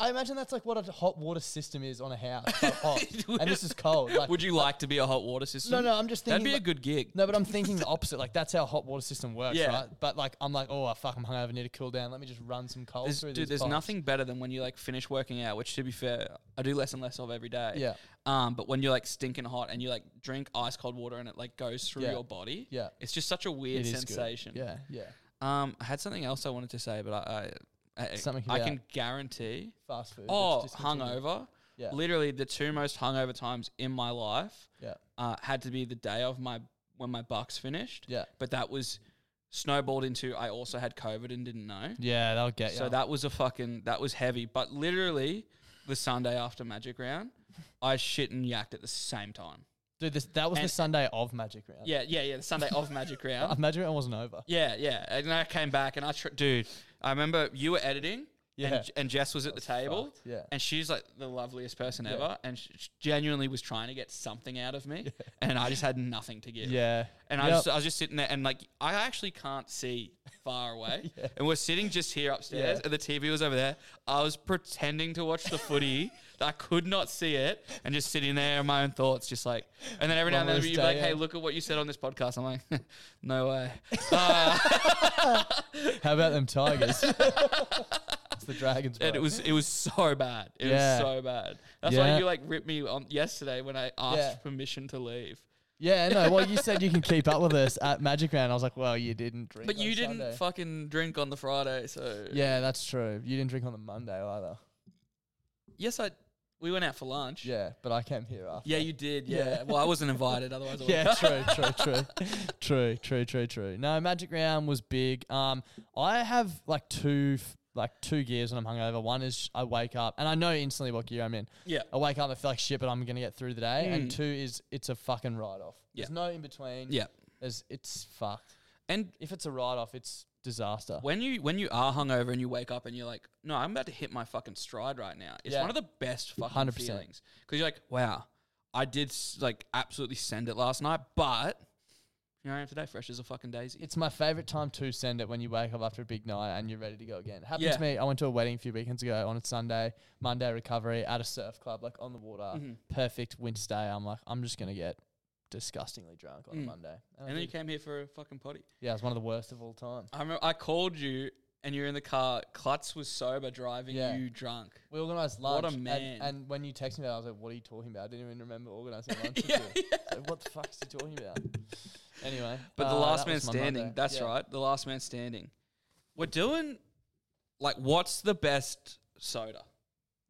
Speaker 3: I imagine that's like what a hot water system is on a house. but hot. and this is cold. Oh, Like
Speaker 1: Would you like to be a hot water system?
Speaker 3: No, no, I'm just
Speaker 1: That'd
Speaker 3: thinking
Speaker 1: be a
Speaker 3: like-
Speaker 1: good gig.
Speaker 3: No, but I'm thinking the opposite. Like that's how a hot water system works,
Speaker 1: Yeah.
Speaker 3: right? But like I'm like, oh, I fuck, I'm hungover, need to cool down. Let me just run some cold
Speaker 1: There's-
Speaker 3: through
Speaker 1: dude,
Speaker 3: these
Speaker 1: there's
Speaker 3: pipes.
Speaker 1: nothing better than when you like finish working out, which to be fair, I do less and less of every day.
Speaker 3: Yeah.
Speaker 1: Um, but when you're like stinking hot and you like drink ice cold water and it like goes through
Speaker 3: Yeah.
Speaker 1: your body,
Speaker 3: Yeah.
Speaker 1: it's just such a weird
Speaker 3: It is good.
Speaker 1: sensation.
Speaker 3: Yeah, yeah.
Speaker 1: Um, I had something else I wanted to say, but I, I, I,
Speaker 3: Something
Speaker 1: I
Speaker 3: about-
Speaker 1: can guarantee.
Speaker 3: Fast food. that's
Speaker 1: Oh,
Speaker 3: discontinued.
Speaker 1: hungover.
Speaker 3: Yeah.
Speaker 1: Literally the two most hungover times in my life
Speaker 3: Yeah.
Speaker 1: uh, had to be the day of my when my bucks finished.
Speaker 3: Yeah.
Speaker 1: But that was snowballed into I also had COVID and didn't know.
Speaker 3: Yeah, that'll get you.
Speaker 1: So that was a fucking that was heavy. But literally the Sunday after Magic Round, I shit and yacked at the same time.
Speaker 3: Dude, this, that was the
Speaker 1: and-
Speaker 3: Sunday of Magic Round.
Speaker 1: Yeah, yeah, yeah. The Sunday of Magic
Speaker 3: Uh,
Speaker 1: Round.
Speaker 3: Magic Round wasn't over.
Speaker 1: Yeah, yeah. And I came back and I tr- dude, I remember you were editing.
Speaker 3: Yeah.
Speaker 1: And, and Jess was at the table,
Speaker 3: fucked, yeah.
Speaker 1: and she's like the loveliest person ever, and she she genuinely was trying to get something out of me, and I just had nothing to give.
Speaker 3: Yeah.
Speaker 1: And I,
Speaker 3: Yep.
Speaker 1: just, uh, I was just sitting there, and like I actually can't see far away. And we're sitting just here upstairs,
Speaker 3: Yeah.
Speaker 1: and the TV was over there. I was pretending to watch the footy. I could not see it, and just sitting there in my own thoughts, just like. And then every now
Speaker 3: One
Speaker 1: and then
Speaker 3: of those
Speaker 1: you'd be like,
Speaker 3: day,
Speaker 1: "Hey,
Speaker 3: yeah.
Speaker 1: look at what you said on this podcast." I'm like, "No way." Uh,
Speaker 3: How about them Tigers? it's the Dragons.
Speaker 1: and
Speaker 3: bro.
Speaker 1: it was it was so bad. It was
Speaker 3: Yeah.
Speaker 1: so bad. That's
Speaker 3: Yeah.
Speaker 1: why you like ripped me on yesterday when I asked
Speaker 3: Yeah.
Speaker 1: permission to leave.
Speaker 3: Yeah, no. Well, you said you can keep up with us at Magic Round. I was like, well, you didn't drink.
Speaker 1: But
Speaker 3: on
Speaker 1: you didn't
Speaker 3: Sunday.
Speaker 1: fucking drink on the Friday, so
Speaker 3: yeah, that's true. You didn't drink on the Monday either.
Speaker 1: yes, I. We went out for lunch.
Speaker 3: Yeah, but I came here after.
Speaker 1: Yeah, you did. Yeah.
Speaker 3: Yeah.
Speaker 1: Well, I wasn't invited. Otherwise, I would
Speaker 3: Yeah, true, true, true, true, true, true, true. No, Magic Round was big. Um, I have like two, f- like two gears when I'm hungover. One is I wake up and I know instantly what gear I'm in.
Speaker 1: Yeah. Hmm.
Speaker 3: I wake up, I feel like shit, but I'm gonna get through the day. And two is it's a fucking write off. There's
Speaker 1: Yeah.
Speaker 3: no in between.
Speaker 1: Yeah.
Speaker 3: There's it's fucked.
Speaker 1: And
Speaker 3: If it's a write off, it's disaster.
Speaker 1: when you when you are hungover and you wake up and you're like, no, I'm about to hit my fucking stride right now. It's
Speaker 3: Yeah.
Speaker 1: one of the best fucking
Speaker 3: 100%.
Speaker 1: feelings because you're like, wow, I did s- like absolutely send it last night, but Here I am today, fresh as a fucking daisy.
Speaker 3: It's my favorite time to send it when you wake up after a big night and you're ready to go again. Happened
Speaker 1: Yeah.
Speaker 3: to me. I went to a wedding a few weekends ago on a Sunday, Monday recovery at a surf club, like on the water.
Speaker 1: Mm-hmm.
Speaker 3: Perfect winter day. I'm like, I'm just gonna get disgustingly drunk on a Monday.
Speaker 1: Mm.
Speaker 3: I
Speaker 1: and then you
Speaker 3: did.
Speaker 1: came here for a fucking potty.
Speaker 3: yeah, it's one of the worst of all time.
Speaker 1: I remember I called you and you were in the car. Klutz was sober driving
Speaker 3: Yeah.
Speaker 1: you drunk.
Speaker 3: We organised lunch.
Speaker 1: What a
Speaker 3: and-
Speaker 1: man.
Speaker 3: And, when you texted me that, I was like, what are you talking about? I didn't even remember organising lunch.
Speaker 1: Yeah,
Speaker 3: with you. It's like, what the fuck is he talking about? Anyway.
Speaker 1: But the
Speaker 3: uh,
Speaker 1: last
Speaker 3: that
Speaker 1: man
Speaker 3: was my
Speaker 1: standing.
Speaker 3: Monday.
Speaker 1: That's
Speaker 3: Yeah.
Speaker 1: right. The last man standing. We're doing like what's the best soda?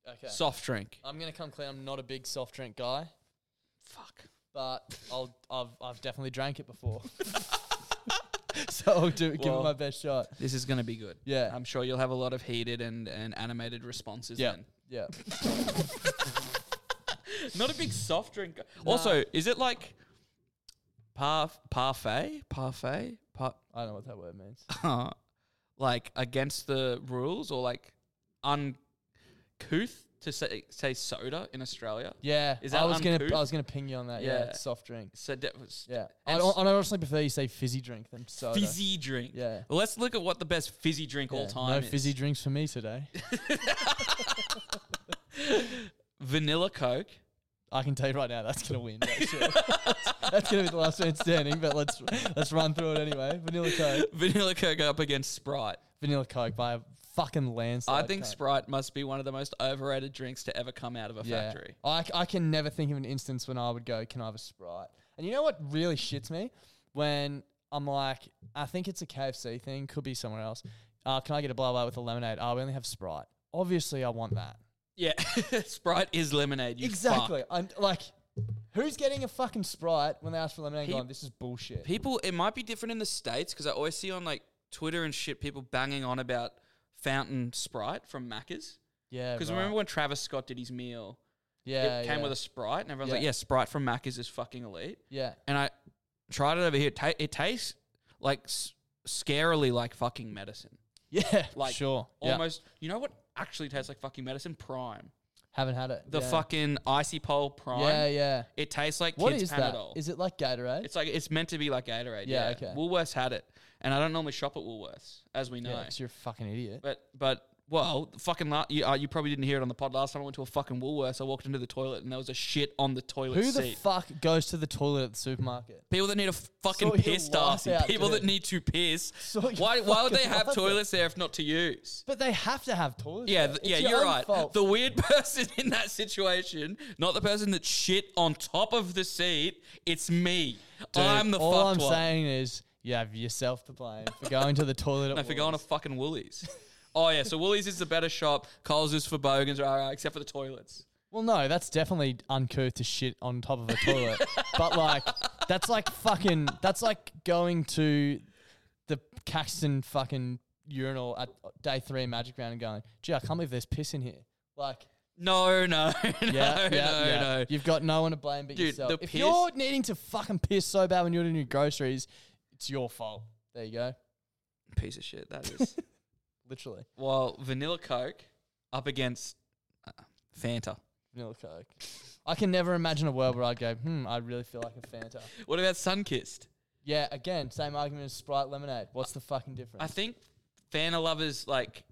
Speaker 3: Okay.
Speaker 1: Soft drink.
Speaker 3: I'm going to come clean. I'm not a big soft drink guy,
Speaker 1: Fuck.
Speaker 3: but I'll, I've, I've definitely drank it before. so I'll do, give
Speaker 1: Well-
Speaker 3: it my best shot.
Speaker 1: This is gonna be good.
Speaker 3: Yeah.
Speaker 1: I'm sure you'll have a lot of heated and, and animated responses
Speaker 3: yeah.
Speaker 1: then.
Speaker 3: Yeah.
Speaker 1: Not a big soft drink. guy. Also, is it like parf- parfait? Parfait? Par-
Speaker 3: I don't know what that word means.
Speaker 1: like against the rules or like uncouth to say, say soda in Australia?
Speaker 3: Yeah.
Speaker 1: Is
Speaker 3: I
Speaker 1: that
Speaker 3: was going to
Speaker 1: uncouth?
Speaker 3: I was gonna pping you on that. Yeah.
Speaker 1: Yeah.
Speaker 3: it's soft drink.
Speaker 1: So that was
Speaker 3: Yeah. I,
Speaker 1: And
Speaker 3: I honestly prefer you say fizzy drink than soda.
Speaker 1: fizzy drink.
Speaker 3: Yeah.
Speaker 1: Well, let's look at what the best fizzy drink all
Speaker 3: Yeah,
Speaker 1: time
Speaker 3: No
Speaker 1: is.
Speaker 3: fizzy drinks for me today.
Speaker 1: Vanilla Coke.
Speaker 3: I can tell you right now, that's gonna win. That's, sure. that's gonna be the last man standing. But let's let's run through it anyway. Vanilla Coke,
Speaker 1: Vanilla Coke up against Sprite.
Speaker 3: Vanilla Coke by a fucking landslide.
Speaker 1: I think
Speaker 3: Coke.
Speaker 1: Sprite must be one of the most overrated drinks to ever come out of a
Speaker 3: Yeah.
Speaker 1: factory.
Speaker 3: I, c- I can never think of an instance when I would go, can I have a Sprite? And you know what really shits me? When I'm like, I think it's a KFC thing, could be somewhere else. Uh, can I get a blah blah with a lemonade? Oh, we only have Sprite. Obviously, I want that.
Speaker 1: Yeah. Sprite is lemonade. You
Speaker 3: exactly.
Speaker 1: fuck.
Speaker 3: I'm like, who's getting a fucking Sprite when they ask for lemonade?
Speaker 1: Pe-
Speaker 3: Going, this is bullshit.
Speaker 1: People, it might be different in the States because I always see on like Twitter and shit people banging on about fountain Sprite from Macca's.
Speaker 3: yeah,
Speaker 1: Because
Speaker 3: right.
Speaker 1: remember when Travis Scott did his meal?
Speaker 3: yeah,
Speaker 1: it came
Speaker 3: yeah.
Speaker 1: with a Sprite and everyone's
Speaker 3: Yeah.
Speaker 1: like, yeah, Sprite from Macca's is fucking elite.
Speaker 3: yeah.
Speaker 1: and I tried it over here. Ta- it tastes like s- scarily like fucking medicine.
Speaker 3: Yeah,
Speaker 1: Like
Speaker 3: sure. Almost
Speaker 1: almost. You know what actually tastes like fucking medicine? Prime.
Speaker 3: haven't had it.
Speaker 1: The
Speaker 3: yeah.
Speaker 1: fucking icy pole prime.
Speaker 3: Yeah, yeah.
Speaker 1: It tastes like
Speaker 3: What
Speaker 1: kids
Speaker 3: is that?
Speaker 1: Panadol.
Speaker 3: Is it like Gatorade?
Speaker 1: it's like it's meant to be like Gatorade.
Speaker 3: Yeah,
Speaker 1: Yeah,
Speaker 3: okay.
Speaker 1: Woolworths had it, and I don't normally shop at Woolworths, as we know.
Speaker 3: yeah, 'cause you're a fucking idiot.
Speaker 1: But but well, fucking la- you, uh, you probably didn't hear it on the pod last time I went to a fucking Woolworths. I walked into the toilet and there was a shit on the toilet
Speaker 3: Who the
Speaker 1: seat.
Speaker 3: fuck goes to the toilet at the supermarket?
Speaker 1: People that need a fucking
Speaker 3: Sort your
Speaker 1: piss,
Speaker 3: life
Speaker 1: Darcy.
Speaker 3: out,
Speaker 1: People
Speaker 3: dude.
Speaker 1: that need to piss.
Speaker 3: Sort your
Speaker 1: Why, why would they
Speaker 3: fucking
Speaker 1: have
Speaker 3: life out.
Speaker 1: toilets there if not to use?
Speaker 3: But they have to have toilets.
Speaker 1: Yeah,
Speaker 3: there.
Speaker 1: th-
Speaker 3: It's
Speaker 1: yeah,
Speaker 3: your
Speaker 1: you're
Speaker 3: own
Speaker 1: right.
Speaker 3: fault.
Speaker 1: The weird person in that situation, not the person that shit on top of the seat, it's me.
Speaker 3: Dude,
Speaker 1: I'm the
Speaker 3: all
Speaker 1: fucked
Speaker 3: I'm
Speaker 1: one.
Speaker 3: saying is you have yourself to blame for going to the toilet.
Speaker 1: no,
Speaker 3: at
Speaker 1: for going to fucking Woolies. oh yeah, so Woolies is the better shop. Coles is for bogans, rah, rah, except for the toilets.
Speaker 3: Well, no, that's definitely uncouth to shit on top of a toilet. but like, that's like fucking. That's like going to the Caxton fucking urinal at day three of Magic Round and going, "Gee, I can't believe there's piss in here." Like,
Speaker 1: No, no, no,
Speaker 3: yeah,
Speaker 1: no,
Speaker 3: yeah, yeah.
Speaker 1: no.
Speaker 3: You've got no one to blame but
Speaker 1: Dude,
Speaker 3: yourself.
Speaker 1: the
Speaker 3: if
Speaker 1: piss-
Speaker 3: you're needing to fucking piss so bad when you're doing your groceries, it's your fault. There you go.
Speaker 1: Piece of shit that is.
Speaker 3: Literally,
Speaker 1: While vanilla Coke up against uh, Fanta.
Speaker 3: vanilla Coke. I can never imagine a world where I'd go, "Hmm, I really feel like a Fanta."
Speaker 1: What about Sunkissed?
Speaker 3: Yeah, again, same argument as Sprite lemonade. What's the fucking difference?
Speaker 1: I think Fanta lovers like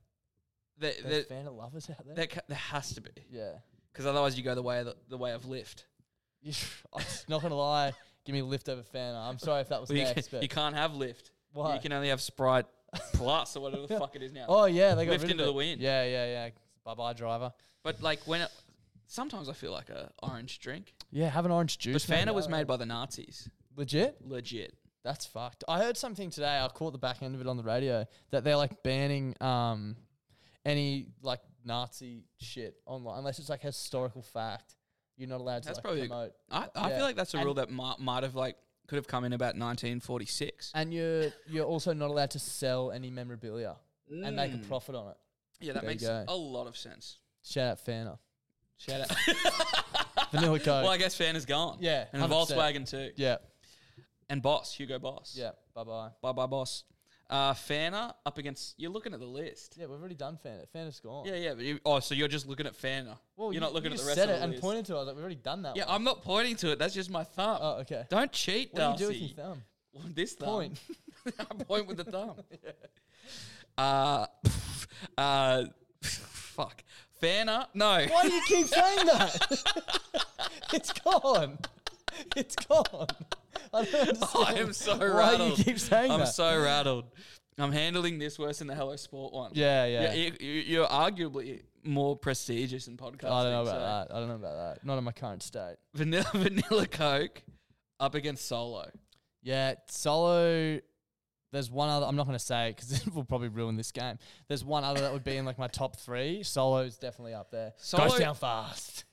Speaker 1: the,
Speaker 3: There's
Speaker 1: the,
Speaker 3: fan of lovers out there.
Speaker 1: there, ca- there has to be
Speaker 3: yeah.
Speaker 1: because otherwise you go the way of the, the way of lift.
Speaker 3: You- I'm just not gonna lie. Give me a lift over fan. I'm sorry if that was
Speaker 1: you,
Speaker 3: next,
Speaker 1: can,
Speaker 3: but
Speaker 1: not have lift.
Speaker 3: Why?
Speaker 1: You can only have Sprite Plus or whatever the fuck it is now.
Speaker 3: oh yeah, they got
Speaker 1: Lift
Speaker 3: rid of
Speaker 1: into the
Speaker 3: it.
Speaker 1: wind.
Speaker 3: Yeah, yeah, yeah. Bye bye, driver.
Speaker 1: But like when it, sometimes I feel like a orange drink.
Speaker 3: Yeah, have an orange
Speaker 1: But
Speaker 3: juice.
Speaker 1: Fanta
Speaker 3: mate.
Speaker 1: was
Speaker 3: Oh,
Speaker 1: made by the Nazis.
Speaker 3: legit.
Speaker 1: Legit.
Speaker 3: That's fucked. I heard something today. I caught the back end of it on the radio that they're like banning um any like Nazi shit online unless it's like historical fact. You're not allowed to
Speaker 1: That's
Speaker 3: like,
Speaker 1: probably a-
Speaker 3: promote.
Speaker 1: I, I
Speaker 3: Yeah.
Speaker 1: feel like that's a
Speaker 3: And-
Speaker 1: rule that might, might have like could have come in about 1946.
Speaker 3: And you're you're also not allowed to sell any memorabilia and make a
Speaker 1: Mm.
Speaker 3: profit on it.
Speaker 1: Yeah, that
Speaker 3: There you
Speaker 1: makes
Speaker 3: go.
Speaker 1: a lot of sense.
Speaker 3: Shout out Fanta.
Speaker 1: Shout out.
Speaker 3: Vanilla Coke.
Speaker 1: well, I guess Fanta's gone.
Speaker 3: Yeah,
Speaker 1: and
Speaker 3: 100%.
Speaker 1: Volkswagen too.
Speaker 3: yeah.
Speaker 1: and Boss, Hugo Boss.
Speaker 3: Yeah. Bye bye.
Speaker 1: Bye bye, Boss. Uh, Fana up against. You're looking at the list.
Speaker 3: Yeah, we've already done Fanta. Fanta's gone.
Speaker 1: Yeah, yeah. But you, oh, so you're just looking at Fana.
Speaker 3: Well,
Speaker 1: you're
Speaker 3: you-
Speaker 1: not looking
Speaker 3: you
Speaker 1: at the
Speaker 3: just
Speaker 1: rest
Speaker 3: said
Speaker 1: of
Speaker 3: it
Speaker 1: the
Speaker 3: and
Speaker 1: list.
Speaker 3: pointed to it. I was like, we've already done that.
Speaker 1: yeah,
Speaker 3: one.
Speaker 1: I'm not pointing to it. That's just my thumb.
Speaker 3: Oh, okay.
Speaker 1: Don't cheat,
Speaker 3: What do you
Speaker 1: Darcy.
Speaker 3: do with your thumb?
Speaker 1: This thumb.
Speaker 3: Point.
Speaker 1: I point with the thumb. Uh, uh, fuck. Fan art? No.
Speaker 3: Why do you keep saying that? it's gone. It's gone. I don't understand.
Speaker 1: Oh, I am so
Speaker 3: why
Speaker 1: rattled.
Speaker 3: you keep saying
Speaker 1: I'm
Speaker 3: that.
Speaker 1: so rattled. I'm handling this worse than the Hello Sport one.
Speaker 3: Yeah, yeah.
Speaker 1: You, you, you're arguably more prestigious in podcasting.
Speaker 3: I don't know
Speaker 1: so.
Speaker 3: about that. I don't know about that. Not in my current state.
Speaker 1: Vanilla, vanilla Coke up against Solo.
Speaker 3: Yeah, solo. There's one other. I'm not going to say it because it will probably ruin this game. There's one other that would be in like my top three. Solo's definitely up there.
Speaker 1: Solo-
Speaker 3: Goes down fast.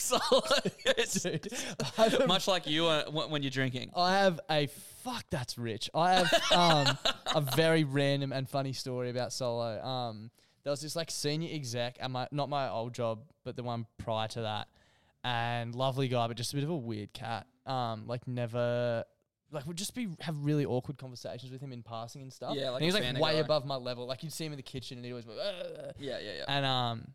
Speaker 1: Solo. is-
Speaker 3: Dude, I have,
Speaker 1: Much like you uh, wh- when you're drinking.
Speaker 3: I have a fuck. That's rich. I have um, a very random and funny story about solo. Um, there was this like senior exec at my not my old job, but the one prior to that, and lovely guy, but just a bit of a weird cat. Um, like never. Like would just be have really awkward conversations with him in passing and stuff.
Speaker 1: Yeah, like
Speaker 3: and he was
Speaker 1: a
Speaker 3: like
Speaker 1: fan
Speaker 3: way
Speaker 1: guy.
Speaker 3: above my level. Like you'd see him in the kitchen, and he'd always be, "Ugh."
Speaker 1: Yeah, yeah, yeah.
Speaker 3: and um,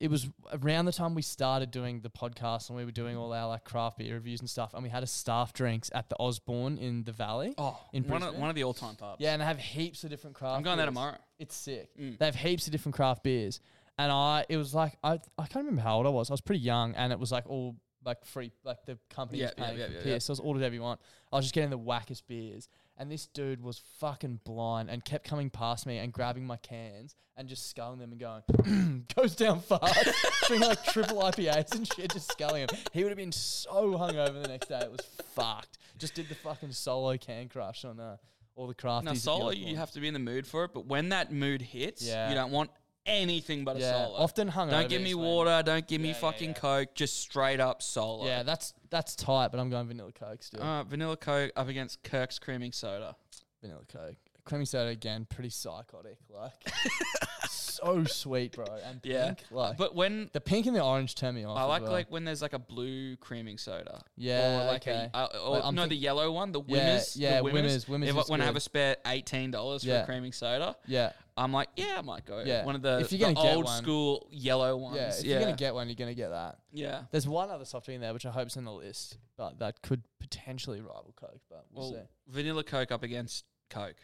Speaker 3: it was around the time we started doing the podcast and we were doing all our like craft beer reviews and stuff, and we had a staff drinks at the Osborne in the Valley.
Speaker 1: Oh,
Speaker 3: in
Speaker 1: one of,
Speaker 3: Brisbane?
Speaker 1: one of the all time pubs.
Speaker 3: Yeah, and they have heaps of different craft.
Speaker 1: I'm going there
Speaker 3: beers.
Speaker 1: tomorrow.
Speaker 3: It's sick.
Speaker 1: Mm.
Speaker 3: They have heaps of different craft beers, and I it was like I I can't remember how old I was. I was pretty young, and it was like all like free, like the company was
Speaker 1: Yeah, yeah,
Speaker 3: paying
Speaker 1: yeah,
Speaker 3: for
Speaker 1: yeah, yeah.
Speaker 3: beer, so I was ordered every one. I was just getting the wackest beers, and this dude was fucking blind and kept coming past me and grabbing my cans and just sculling them and going goes down fast, doing like triple IPAs and shit, just sculling them. He would have been so hungover the next day, it was fucked. Just did the fucking solo can crush on the. All the crafties.
Speaker 1: Now,
Speaker 3: at the
Speaker 1: solo,
Speaker 3: Osborne.
Speaker 1: you have to be in the mood for it, but when that mood hits,
Speaker 3: Yeah.
Speaker 1: you don't want anything but
Speaker 3: Yeah,
Speaker 1: a solo.
Speaker 3: often hungover
Speaker 1: Don't give
Speaker 3: is
Speaker 1: me
Speaker 3: when-
Speaker 1: water. Don't give me
Speaker 3: Yeah, yeah,
Speaker 1: fucking
Speaker 3: yeah.
Speaker 1: Coke. Just straight up solo.
Speaker 3: Yeah, that's that's tight, but I'm going vanilla coke still.
Speaker 1: Uh, vanilla Coke up against Kirk's creaming soda.
Speaker 3: vanilla coke, creamy soda again, pretty psychotic, like so sweet, bro. And pink,
Speaker 1: Yeah.
Speaker 3: like
Speaker 1: But when
Speaker 3: the pink and the orange turn me off.
Speaker 1: I
Speaker 3: as
Speaker 1: like
Speaker 3: well.
Speaker 1: like when there's like a blue creaming soda.
Speaker 3: Yeah,
Speaker 1: Or like
Speaker 3: okay.
Speaker 1: a uh, or,
Speaker 3: Like, I'm
Speaker 1: no
Speaker 3: think-
Speaker 1: the yellow one, the winners.
Speaker 3: yeah,
Speaker 1: the
Speaker 3: Wimmers, Wimmers
Speaker 1: If
Speaker 3: is
Speaker 1: I- when I have
Speaker 3: good.
Speaker 1: a spare eighteen dollars for
Speaker 3: Yeah.
Speaker 1: a creaming soda,
Speaker 3: yeah,
Speaker 1: I'm like, yeah, I might go.
Speaker 3: Yeah.
Speaker 1: One of the,
Speaker 3: If you're
Speaker 1: the
Speaker 3: gonna get
Speaker 1: old
Speaker 3: one-
Speaker 1: school yellow ones.
Speaker 3: yeah. If
Speaker 1: yeah.
Speaker 3: you're gonna get one, you're gonna get that.
Speaker 1: yeah.
Speaker 3: There's one other soft drink in there which I hope's in the list, but that could potentially rival coke. But we'll,
Speaker 1: Well,
Speaker 3: see.
Speaker 1: vanilla Coke up against Coke.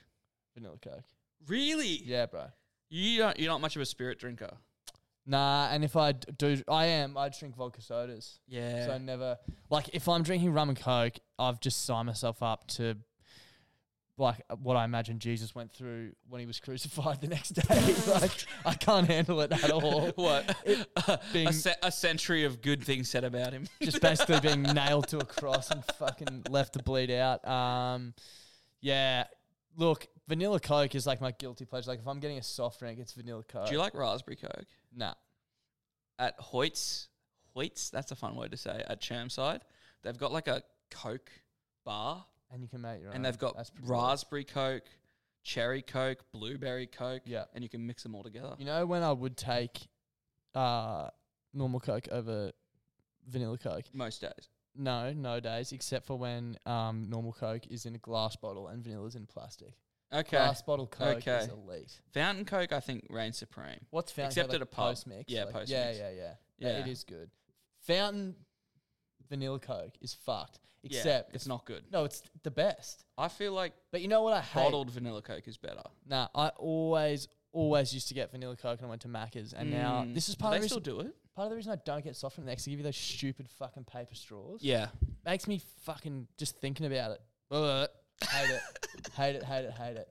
Speaker 3: Vanilla coke.
Speaker 1: Really?
Speaker 3: Yeah, bro.
Speaker 1: You don't. You're not much of a spirit drinker.
Speaker 3: Nah, and if I d- do, I am. I drink vodka sodas.
Speaker 1: Yeah.
Speaker 3: So I never like if I'm drinking rum and coke, I've just signed myself up to like what I imagine Jesus went through when he was crucified the next day. like I can't handle it at all.
Speaker 1: what?
Speaker 3: being-
Speaker 1: a, ce- a century of good things said about him.
Speaker 3: Just basically being nailed to a cross and fucking left to bleed out. Um, yeah. Look, vanilla coke is like my guilty pleasure. Like if I'm getting a soft drink, it's vanilla coke.
Speaker 1: Do you like raspberry Coke?
Speaker 3: nah.
Speaker 1: At Hoyt's, Hoyt's, that's a fun word to say, at Chermside, they've got like a Coke bar
Speaker 3: And you can make your own.
Speaker 1: and they've got
Speaker 3: Ah, That's pretty cool.
Speaker 1: raspberry Coke, cherry Coke, blueberry Coke,
Speaker 3: Yeah.
Speaker 1: and you can mix them all together.
Speaker 3: You know when I would take uh, normal Coke over vanilla Coke?
Speaker 1: Most days.
Speaker 3: No, no days, except for when um, normal Coke is in a glass bottle and vanilla's in plastic.
Speaker 1: Okay.
Speaker 3: Glass bottle Coke
Speaker 1: Okay.
Speaker 3: is elite.
Speaker 1: Fountain Coke, I think, reigns supreme.
Speaker 3: What's fountain?
Speaker 1: Except
Speaker 3: Coke,
Speaker 1: at a
Speaker 3: like
Speaker 1: pub.
Speaker 3: Post-mix?
Speaker 1: Yeah,
Speaker 3: like,
Speaker 1: post-mix.
Speaker 3: Yeah, yeah, yeah, yeah.
Speaker 1: Yeah.
Speaker 3: It is good. Fountain vanilla Coke is fucked.
Speaker 1: Yeah,
Speaker 3: Except
Speaker 1: it's not good.
Speaker 3: No, it's the best.
Speaker 1: I feel like
Speaker 3: But you know what I hate?
Speaker 1: bottled vanilla Coke is better.
Speaker 3: Nah, I always, always used to get vanilla Coke and I went to Macca's. And now,
Speaker 1: Mm.
Speaker 3: this is
Speaker 1: Do
Speaker 3: part
Speaker 1: they
Speaker 3: of the
Speaker 1: still
Speaker 3: reason
Speaker 1: do it.
Speaker 3: Part of the reason I don't get soft drinks, they actually give you those stupid fucking paper straws.
Speaker 1: Yeah.
Speaker 3: Makes me fucking just thinking about it. Ugh. hate it. Hate it, hate it, hate it.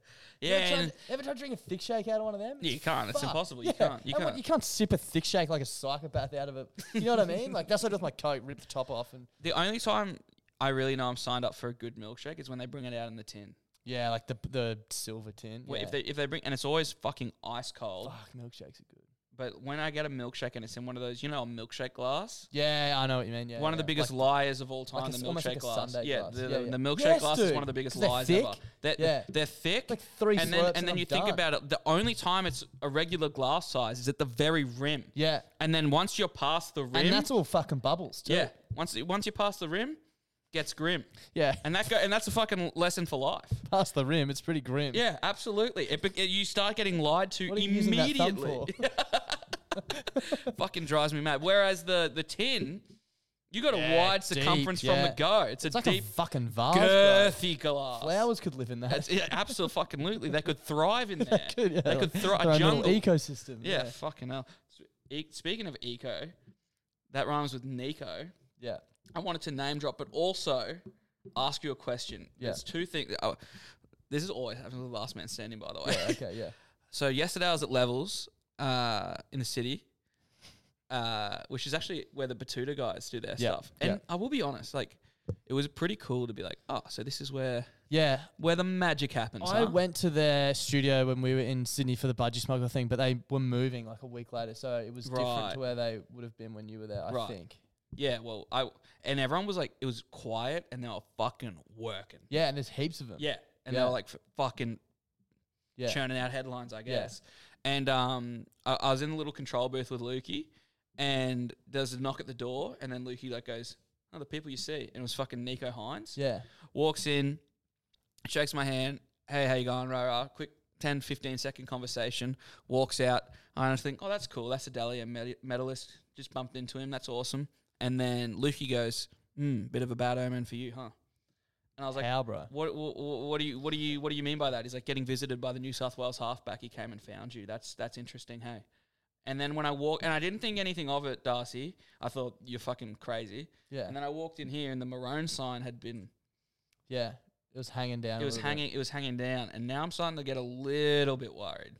Speaker 3: You
Speaker 1: Yeah.
Speaker 3: ever tried-
Speaker 1: and-
Speaker 3: ever tried drinking a thick shake out of one of them?
Speaker 1: Yeah, you can't. It's
Speaker 3: fucked.
Speaker 1: impossible. You
Speaker 3: Yeah.
Speaker 1: can't. You
Speaker 3: And what-
Speaker 1: can't.
Speaker 3: You can't sip a thick shake like a psychopath out of it. You know what I mean? Like, that's what I do with my Coke. Rip the top off and.
Speaker 1: The only time I really know I'm signed up for a good milkshake is when they bring it out in the tin.
Speaker 3: Yeah, like the the silver tin.
Speaker 1: Wh-
Speaker 3: yeah.
Speaker 1: If they if they bring and it's always fucking ice cold.
Speaker 3: Fuck, milkshakes are good.
Speaker 1: But when I get a milkshake and it's in one of those, you know, a milkshake glass.
Speaker 3: Yeah, I know what you mean. Yeah.
Speaker 1: one of the
Speaker 3: yeah.
Speaker 1: biggest
Speaker 3: Like,
Speaker 1: liars of all time,
Speaker 3: like
Speaker 1: the
Speaker 3: a- almost
Speaker 1: milkshake
Speaker 3: like a
Speaker 1: glass.
Speaker 3: sundae
Speaker 1: Yeah,
Speaker 3: glass.
Speaker 1: the,
Speaker 3: Yeah,
Speaker 1: the-
Speaker 3: yeah.
Speaker 1: the milkshake
Speaker 3: Yes,
Speaker 1: glass is
Speaker 3: dude,
Speaker 1: one of the biggest
Speaker 3: 'cause they're
Speaker 1: lies
Speaker 3: thick.
Speaker 1: ever. They're,
Speaker 3: Yeah.
Speaker 1: they're thick.
Speaker 3: Like three
Speaker 1: and then
Speaker 3: slurps
Speaker 1: and
Speaker 3: and
Speaker 1: then
Speaker 3: I'm
Speaker 1: you think
Speaker 3: done.
Speaker 1: about it. The only time it's a regular glass size is at the very rim.
Speaker 3: Yeah.
Speaker 1: And then once you're past the rim,
Speaker 3: And that's all fucking bubbles, too.
Speaker 1: yeah. Once once you're past the rim, gets grim.
Speaker 3: Yeah.
Speaker 1: And that go and that's a fucking lesson for life.
Speaker 3: Past the rim, it's pretty grim.
Speaker 1: Yeah, absolutely. It, bec- you start getting lied to
Speaker 3: What are you using that thumb
Speaker 1: immediately.
Speaker 3: for?
Speaker 1: Fucking drives me mad. Whereas the the tin, You got a
Speaker 3: Yeah,
Speaker 1: wide
Speaker 3: deep,
Speaker 1: circumference from
Speaker 3: yeah.
Speaker 1: the go. It's,
Speaker 3: It's
Speaker 1: a
Speaker 3: like
Speaker 1: deep,
Speaker 3: a fucking vase. bro.
Speaker 1: girthy glass.
Speaker 3: Flowers could live in that.
Speaker 1: That's yeah, absolutely fucking lutely. They could thrive in there.
Speaker 3: Good, yeah,
Speaker 1: They could
Speaker 3: their
Speaker 1: thrive.
Speaker 3: own
Speaker 1: A
Speaker 3: little
Speaker 1: jungle.
Speaker 3: ecosystem.
Speaker 1: yeah, fucking hell. S- E- speaking of eco, that rhymes with Nico.
Speaker 3: yeah.
Speaker 1: I wanted to name drop, but also ask you a question.
Speaker 3: Yeah.
Speaker 1: There's two things. Oh, this is always happening to the last man standing, by the way.
Speaker 3: Yeah, Okay, yeah.
Speaker 1: So yesterday I was at Levels uh, in the city, uh, which is actually where the Batuta guys do their
Speaker 3: Yeah,
Speaker 1: stuff. And
Speaker 3: yeah.
Speaker 1: I will be honest, like it was pretty cool to be like, oh, so this is where
Speaker 3: Yeah.
Speaker 1: where the magic happens.
Speaker 3: I
Speaker 1: huh?
Speaker 3: went to their studio when we were in Sydney for the budgie smuggler thing, but they were moving like a week later, so it was different
Speaker 1: Right.
Speaker 3: to where they would have been when you were there, I
Speaker 1: Right.
Speaker 3: think.
Speaker 1: Yeah, well, I and everyone was like, it was quiet, and they were fucking working.
Speaker 3: Yeah, and there's heaps of them.
Speaker 1: Yeah, and they
Speaker 3: Yeah.
Speaker 1: were like f- fucking
Speaker 3: Yeah.
Speaker 1: churning out headlines, I
Speaker 3: Yeah.
Speaker 1: guess. And um, I, I was in the little control booth with Lukey, and there's a knock at the door, and then Lukey like goes, "Oh, the people you see," and it was fucking Nico Hines.
Speaker 3: Yeah.
Speaker 1: Walks in, shakes my hand. Hey, how you going, rah rah? Quick 10, 15 second conversation. Walks out. I just think, oh, that's cool. That's a Dahlia med- medalist. Just bumped into him. That's awesome. And then Lukey goes, hmm, bit of a bad omen for you, huh? And I was like,
Speaker 3: How, bro?
Speaker 1: what, what, what do you what do you what do you mean by that? He's like getting visited by the New South Wales halfback. He came and found you. That's that's interesting. Hey, and then when I walk and I didn't think anything of it, Darcy. I thought you're fucking crazy.
Speaker 3: Yeah.
Speaker 1: And then I walked in here, and the maroon sign had been
Speaker 3: Yeah. It was hanging down.
Speaker 1: it
Speaker 3: a
Speaker 1: was
Speaker 3: little bit.
Speaker 1: hanging it was hanging down, and now I'm starting to get a little bit worried.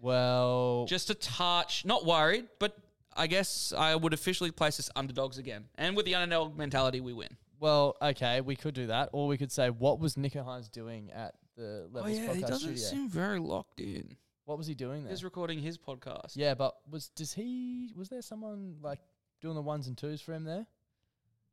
Speaker 3: Well,
Speaker 1: Just a touch, not worried, but I guess I would officially place us underdogs again. And with the underdog mentality, we win.
Speaker 3: well, okay, we could do that, or we could say, what was Nico Hines doing at the
Speaker 1: Oh,
Speaker 3: Levels podcast studio?
Speaker 1: very locked in.
Speaker 3: what was he doing there?
Speaker 1: He's recording his podcast.
Speaker 3: Yeah, but was does he was there someone like doing the ones and twos for him there?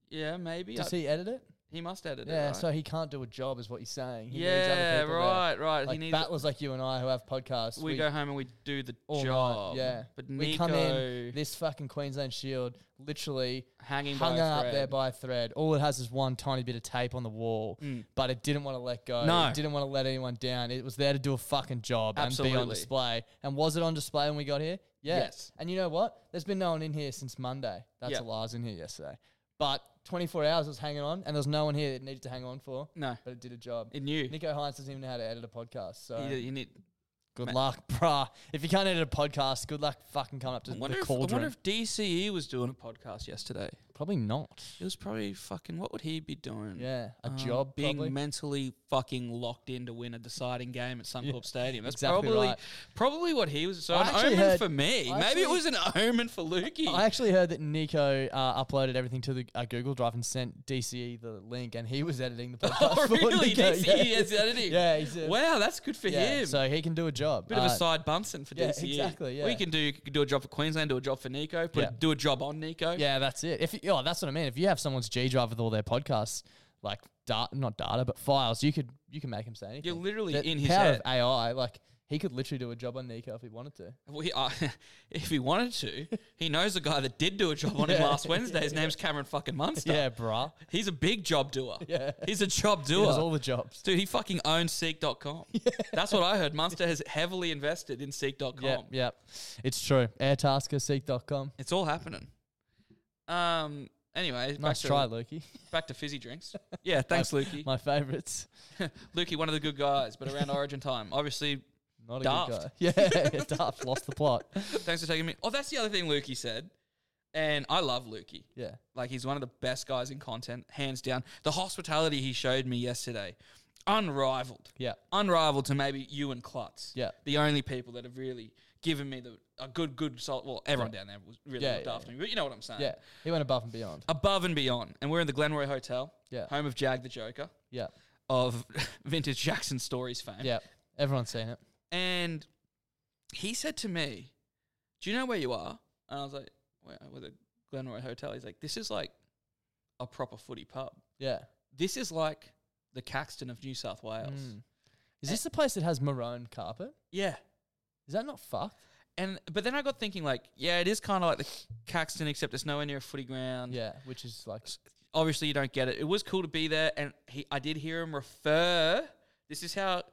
Speaker 1: Yeah, maybe. I-
Speaker 3: Does he edit it?
Speaker 1: He must edit
Speaker 3: Yeah,
Speaker 1: it. Right?
Speaker 3: so he can't do a job, is what he's saying. He needs other
Speaker 1: yeah,
Speaker 3: people there.
Speaker 1: right, right. he
Speaker 3: Like
Speaker 1: needs.
Speaker 3: battlers like you and I who have podcasts.
Speaker 1: we, go home and we do the
Speaker 3: all night,
Speaker 1: job.
Speaker 3: yeah,
Speaker 1: but Nico
Speaker 3: we come in this fucking Queensland Shield, literally
Speaker 1: hanging by
Speaker 3: hung
Speaker 1: a
Speaker 3: up
Speaker 1: thread.
Speaker 3: there by a thread. All it has is one tiny bit of tape on the wall, but it didn't want to let go.
Speaker 1: Mm. No.
Speaker 3: it didn't want to let anyone down. It was there to do a fucking job and be on
Speaker 1: Absolutely.
Speaker 3: display. And was it on display when we got here? Yeah.
Speaker 1: Yes.
Speaker 3: And you know what? There's been no one in here since Monday. That's
Speaker 1: Yeah.
Speaker 3: a lie. I was in here yesterday, but 24 hours it was hanging on, and there was no one here that it needed to hang on for.
Speaker 1: No.
Speaker 3: but it did a job.
Speaker 1: It knew.
Speaker 3: Nico uh, Hines doesn't even know how to edit a podcast, so
Speaker 1: You, you need.
Speaker 3: good luck, bruh. If you can't edit a podcast, good luck fucking coming up to
Speaker 1: I wonder,
Speaker 3: the
Speaker 1: if, I wonder
Speaker 3: cauldron.
Speaker 1: if DCE was doing a podcast yesterday.
Speaker 3: Probably not.
Speaker 1: It was probably fucking. What would he be doing?
Speaker 3: Yeah, a
Speaker 1: Um,
Speaker 3: job
Speaker 1: being
Speaker 3: probably.
Speaker 1: mentally fucking locked in to win a deciding game at Suncorp Stadium. That's
Speaker 3: exactly
Speaker 1: probably
Speaker 3: right.
Speaker 1: probably what he was. So
Speaker 3: I
Speaker 1: an
Speaker 3: actually
Speaker 1: omen
Speaker 3: heard-
Speaker 1: for me. Maybe
Speaker 3: I
Speaker 1: it
Speaker 3: actually-
Speaker 1: was an omen for Lukey.
Speaker 3: I actually heard that Nico uh, uploaded everything to the uh, Google Drive and sent DCE the link, and he was editing the podcast.
Speaker 1: oh
Speaker 3: for
Speaker 1: really?
Speaker 3: Nico,
Speaker 1: DCE
Speaker 3: yeah.
Speaker 1: is editing.
Speaker 3: Yeah, he's a-
Speaker 1: wow, that's good for
Speaker 3: yeah,
Speaker 1: him.
Speaker 3: So he can do a job.
Speaker 1: Bit of a
Speaker 3: Uh,
Speaker 1: side Bunsen for
Speaker 3: yeah,
Speaker 1: DCE.
Speaker 3: exactly, yeah.
Speaker 1: We can do you can do a job for Queensland, do a job for Nico, put
Speaker 3: Yeah.
Speaker 1: do a job on Nico.
Speaker 3: Yeah, that's it. If you, oh, that's what I mean. If you have someone's G Drive with all their podcasts, like da- not data but files, you could you can make him say anything.
Speaker 1: You're literally
Speaker 3: The
Speaker 1: in his
Speaker 3: power
Speaker 1: head.
Speaker 3: of AI. Like he could literally do a job on Nico if he wanted to.
Speaker 1: Well, he- uh, if he wanted to, he knows a guy that did do a job on him
Speaker 3: Yeah.
Speaker 1: last Wednesday. His name's Cameron fucking Munster.
Speaker 3: Yeah, bruh.
Speaker 1: He's a big job doer.
Speaker 3: Yeah.
Speaker 1: He's a job
Speaker 3: He
Speaker 1: doer.
Speaker 3: does all the jobs.
Speaker 1: Dude, he fucking owns Seek.com. That's what I heard. Munster has heavily invested in Seek.com.
Speaker 3: Yeah, yeah. It's true. Airtaskerseek.com.
Speaker 1: It's all happening. Um. Anyway, back
Speaker 3: Nice
Speaker 1: to,
Speaker 3: try, Lukey.
Speaker 1: Back to fizzy drinks. Yeah, thanks, Lukey.
Speaker 3: My favourites.
Speaker 1: Lukey, one of the good guys, but around Origin time, obviously.
Speaker 3: Not a
Speaker 1: Daft.
Speaker 3: good guy. Yeah, yeah, Daft lost the plot.
Speaker 1: Thanks for taking me. Oh, that's the other thing Lukey said, and I love Lukey.
Speaker 3: Yeah.
Speaker 1: Like he's one of the best guys in content, hands down. The hospitality he showed me yesterday, unrivaled.
Speaker 3: Yeah.
Speaker 1: unrivaled to maybe you and Klutz.
Speaker 3: Yeah.
Speaker 1: the only people that have really given me the a good, good salt. Well, everyone down there was really
Speaker 3: Yeah,
Speaker 1: looked
Speaker 3: yeah,
Speaker 1: after me, but you know what I'm saying.
Speaker 3: Yeah. He went above and beyond.
Speaker 1: above and beyond. And we're in the Glenroy Hotel,
Speaker 3: Yeah.
Speaker 1: home of Jag the Joker,
Speaker 3: Yeah.
Speaker 1: of vintage Jackson stories fame.
Speaker 3: Yeah. Everyone's seen it.
Speaker 1: And he said to me, Do you know where you are? And I was like, Where with the Glenroy Hotel? He's like, This is like a proper footy pub.
Speaker 3: Yeah.
Speaker 1: This is like the Caxton of New South Wales.
Speaker 3: Mm. Is this the place that has maroon carpet?
Speaker 1: Yeah.
Speaker 3: Is that not fucked?
Speaker 1: And but then I got thinking like, yeah, it is kind of like the Caxton, except it's nowhere near a footy ground.
Speaker 3: Yeah. Which is like,
Speaker 1: obviously you don't get it. It was cool to be there, and he, I did hear him refer. This is how,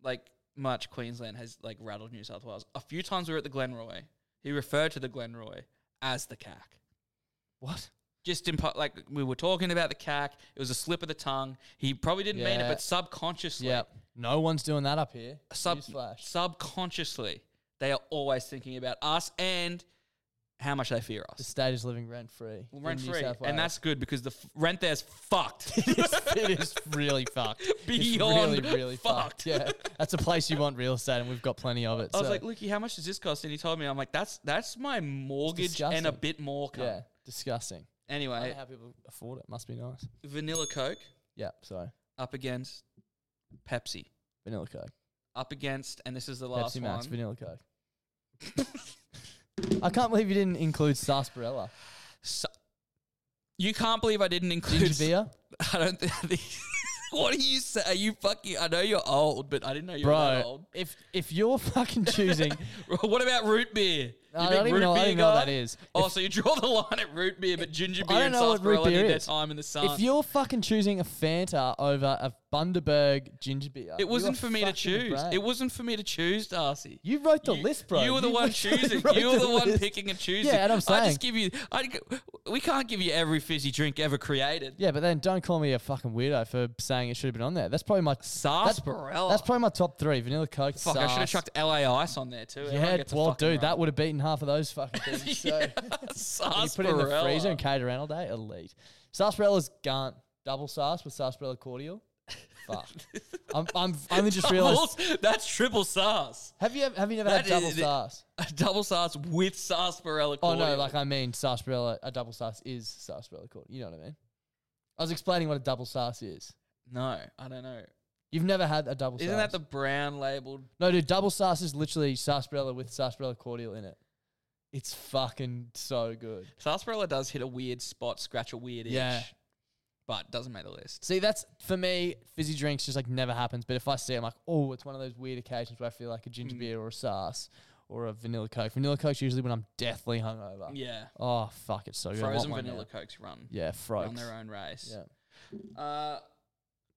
Speaker 1: like, much Queensland has like rattled New South Wales. A few times we were at the Glenroy. He referred to the Glenroy as the CAC.
Speaker 3: what?
Speaker 1: just impo- like we were talking about the cack. It was a slip of the tongue. He probably didn't mean it,
Speaker 3: Yeah.
Speaker 1: but subconsciously,
Speaker 3: Yeah. No one's doing that up here.
Speaker 1: sub-
Speaker 3: Newsflash.
Speaker 1: subconsciously, they are always thinking about us and how much they fear
Speaker 3: The
Speaker 1: us.
Speaker 3: state is living rent free.
Speaker 1: Rent free, and that's good because the f- rent there's fucked.
Speaker 3: it is really fucked.
Speaker 1: Beyond
Speaker 3: it's really, really fucked.
Speaker 1: fucked.
Speaker 3: Yeah, that's a place you want real estate, and we've got plenty of it.
Speaker 1: I was
Speaker 3: so,
Speaker 1: like, Lukey, how much does this cost? And he told me, I'm like, that's that's my mortgage
Speaker 3: disgusting.
Speaker 1: and a bit more. cunt.
Speaker 3: yeah, disgusting. I don't
Speaker 1: Anyway,
Speaker 3: know how people afford it. Must be nice.
Speaker 1: vanilla Coke
Speaker 3: Yeah. Sorry,
Speaker 1: up against Pepsi.
Speaker 3: vanilla coke,
Speaker 1: Up against, and this is the last
Speaker 3: Pepsi Max,
Speaker 1: one.
Speaker 3: vanilla coke. I can't believe you didn't include sarsaparilla,
Speaker 1: Su- you can't believe I didn't include.
Speaker 3: ginger beer,
Speaker 1: I don't think. what do you say? Are you fucking? I know you're old, but I didn't know you were that old.
Speaker 3: bro. If if you're fucking choosing,
Speaker 1: What about root beer? You
Speaker 3: I
Speaker 1: big
Speaker 3: don't even
Speaker 1: root
Speaker 3: know- I
Speaker 1: beer
Speaker 3: don't even know what
Speaker 1: guy?
Speaker 3: that is.
Speaker 1: Oh,
Speaker 3: If-
Speaker 1: so you draw the line at root beer, but ginger
Speaker 3: I
Speaker 1: beer
Speaker 3: don't
Speaker 1: and
Speaker 3: know what root
Speaker 1: sarsaparilla did
Speaker 3: beer
Speaker 1: their
Speaker 3: is.
Speaker 1: time in the sun.
Speaker 3: if you're fucking choosing a Fanta over a Bundaberg ginger beer, you
Speaker 1: It wasn't
Speaker 3: are
Speaker 1: for me to
Speaker 3: fucking the
Speaker 1: choose.
Speaker 3: brain.
Speaker 1: It wasn't for me to choose, Darcy.
Speaker 3: You wrote the
Speaker 1: You-
Speaker 3: list, bro.
Speaker 1: You were the one
Speaker 3: literally
Speaker 1: choosing.
Speaker 3: wrote
Speaker 1: You were the one
Speaker 3: list.
Speaker 1: picking and choosing.
Speaker 3: Yeah, and I'm
Speaker 1: I
Speaker 3: saying-
Speaker 1: just give you. I, we can't give you every fizzy drink ever created.
Speaker 3: Yeah, but then don't call me a fucking weirdo for saying it should have been on there. That's probably my
Speaker 1: Sarsaparilla.
Speaker 3: That's, that's probably my top three: vanilla coke.
Speaker 1: Fuck, I should have
Speaker 3: Sars.
Speaker 1: chucked LA Ice on there too. Everyone
Speaker 3: Yeah,
Speaker 1: gets a
Speaker 3: well,
Speaker 1: fucking
Speaker 3: dude, that
Speaker 1: run.
Speaker 3: would have beaten half of those fucking things. So
Speaker 1: yeah,
Speaker 3: when you put it in the freezer
Speaker 1: sarsaparilla.
Speaker 3: and cater around all day. Elite. Sarsaparilla's gone. Double sars with sarsaparilla cordial. Fuck. I'm, I'm I only just realized.
Speaker 1: Doubles? That's triple SARS.
Speaker 3: Have you ever, have you never
Speaker 1: That
Speaker 3: had double
Speaker 1: is-
Speaker 3: sars?
Speaker 1: Double SARS with sarsaparilla.
Speaker 3: Oh no,
Speaker 1: cordial.
Speaker 3: like I mean, sarsaparilla. A double sars is sarsaparilla cordial. You know what I mean? I was explaining what a double sars is.
Speaker 1: no, I don't know.
Speaker 3: You've never had a double.
Speaker 1: Isn't
Speaker 3: sars.
Speaker 1: that the brown labeled?
Speaker 3: No, dude, double sars is literally sarsaparilla with sarsaparilla cordial in it. It's fucking so good.
Speaker 1: Sarsaparilla does hit a weird spot, scratch a weird itch,
Speaker 3: Yeah.
Speaker 1: but doesn't make the list.
Speaker 3: See, that's for me, fizzy drinks just like never happens. But if I see, it, I'm like, oh, it's one of those weird occasions where I feel like a
Speaker 1: Mm.
Speaker 3: ginger beer or a sars or a vanilla coke. Vanilla coke's usually when I'm deathly hungover.
Speaker 1: Yeah,
Speaker 3: Oh fuck, it's so good. I want
Speaker 1: frozen
Speaker 3: one
Speaker 1: vanilla
Speaker 3: now.
Speaker 1: cokes run
Speaker 3: Yeah, frogs.
Speaker 1: on their own race.
Speaker 3: Yeah.
Speaker 1: Uh,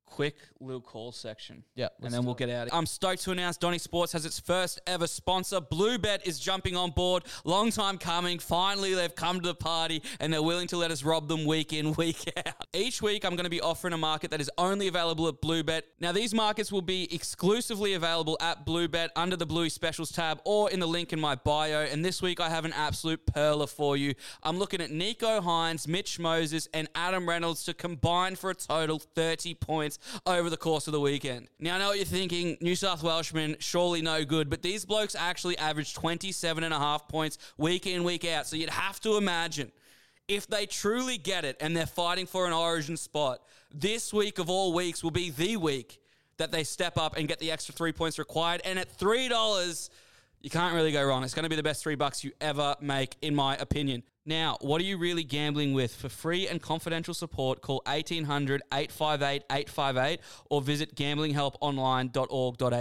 Speaker 1: quick little call section.
Speaker 3: Yeah,
Speaker 1: And
Speaker 3: let's
Speaker 1: then
Speaker 3: do
Speaker 1: we'll get out. I'm stoked to announce Donny Sports has its first ever sponsor. Bluebet is jumping on board. Long time coming. Finally, they've come to the party and they're willing to let us rob them week in, week out. Each week, I'm going to be offering a market that is only available at Bluebet. Now, these markets will be exclusively available at Bluebet under the Bluey Specials tab or in the link in my bio. And this week, I have an absolute perler for you. I'm looking at Nico Hines, Mitch Moses, and Adam Reynolds to combine for a total 30 points over the course of the weekend. Now, I know what you're thinking New South Welshmen, surely no good, but these blokes actually averaged 27 and a half points week in, week out. So you'd have to imagine if they truly get it and they're fighting for an origin spot, this week of all weeks will be the week that they step up and get the extra three points required. And at $3, you can't really go wrong. It's going to be the best three bucks you ever make, in my opinion. Now, what are you really gambling with? For free and confidential support, call 1800 858 858 or visit gamblinghelponline.org.au.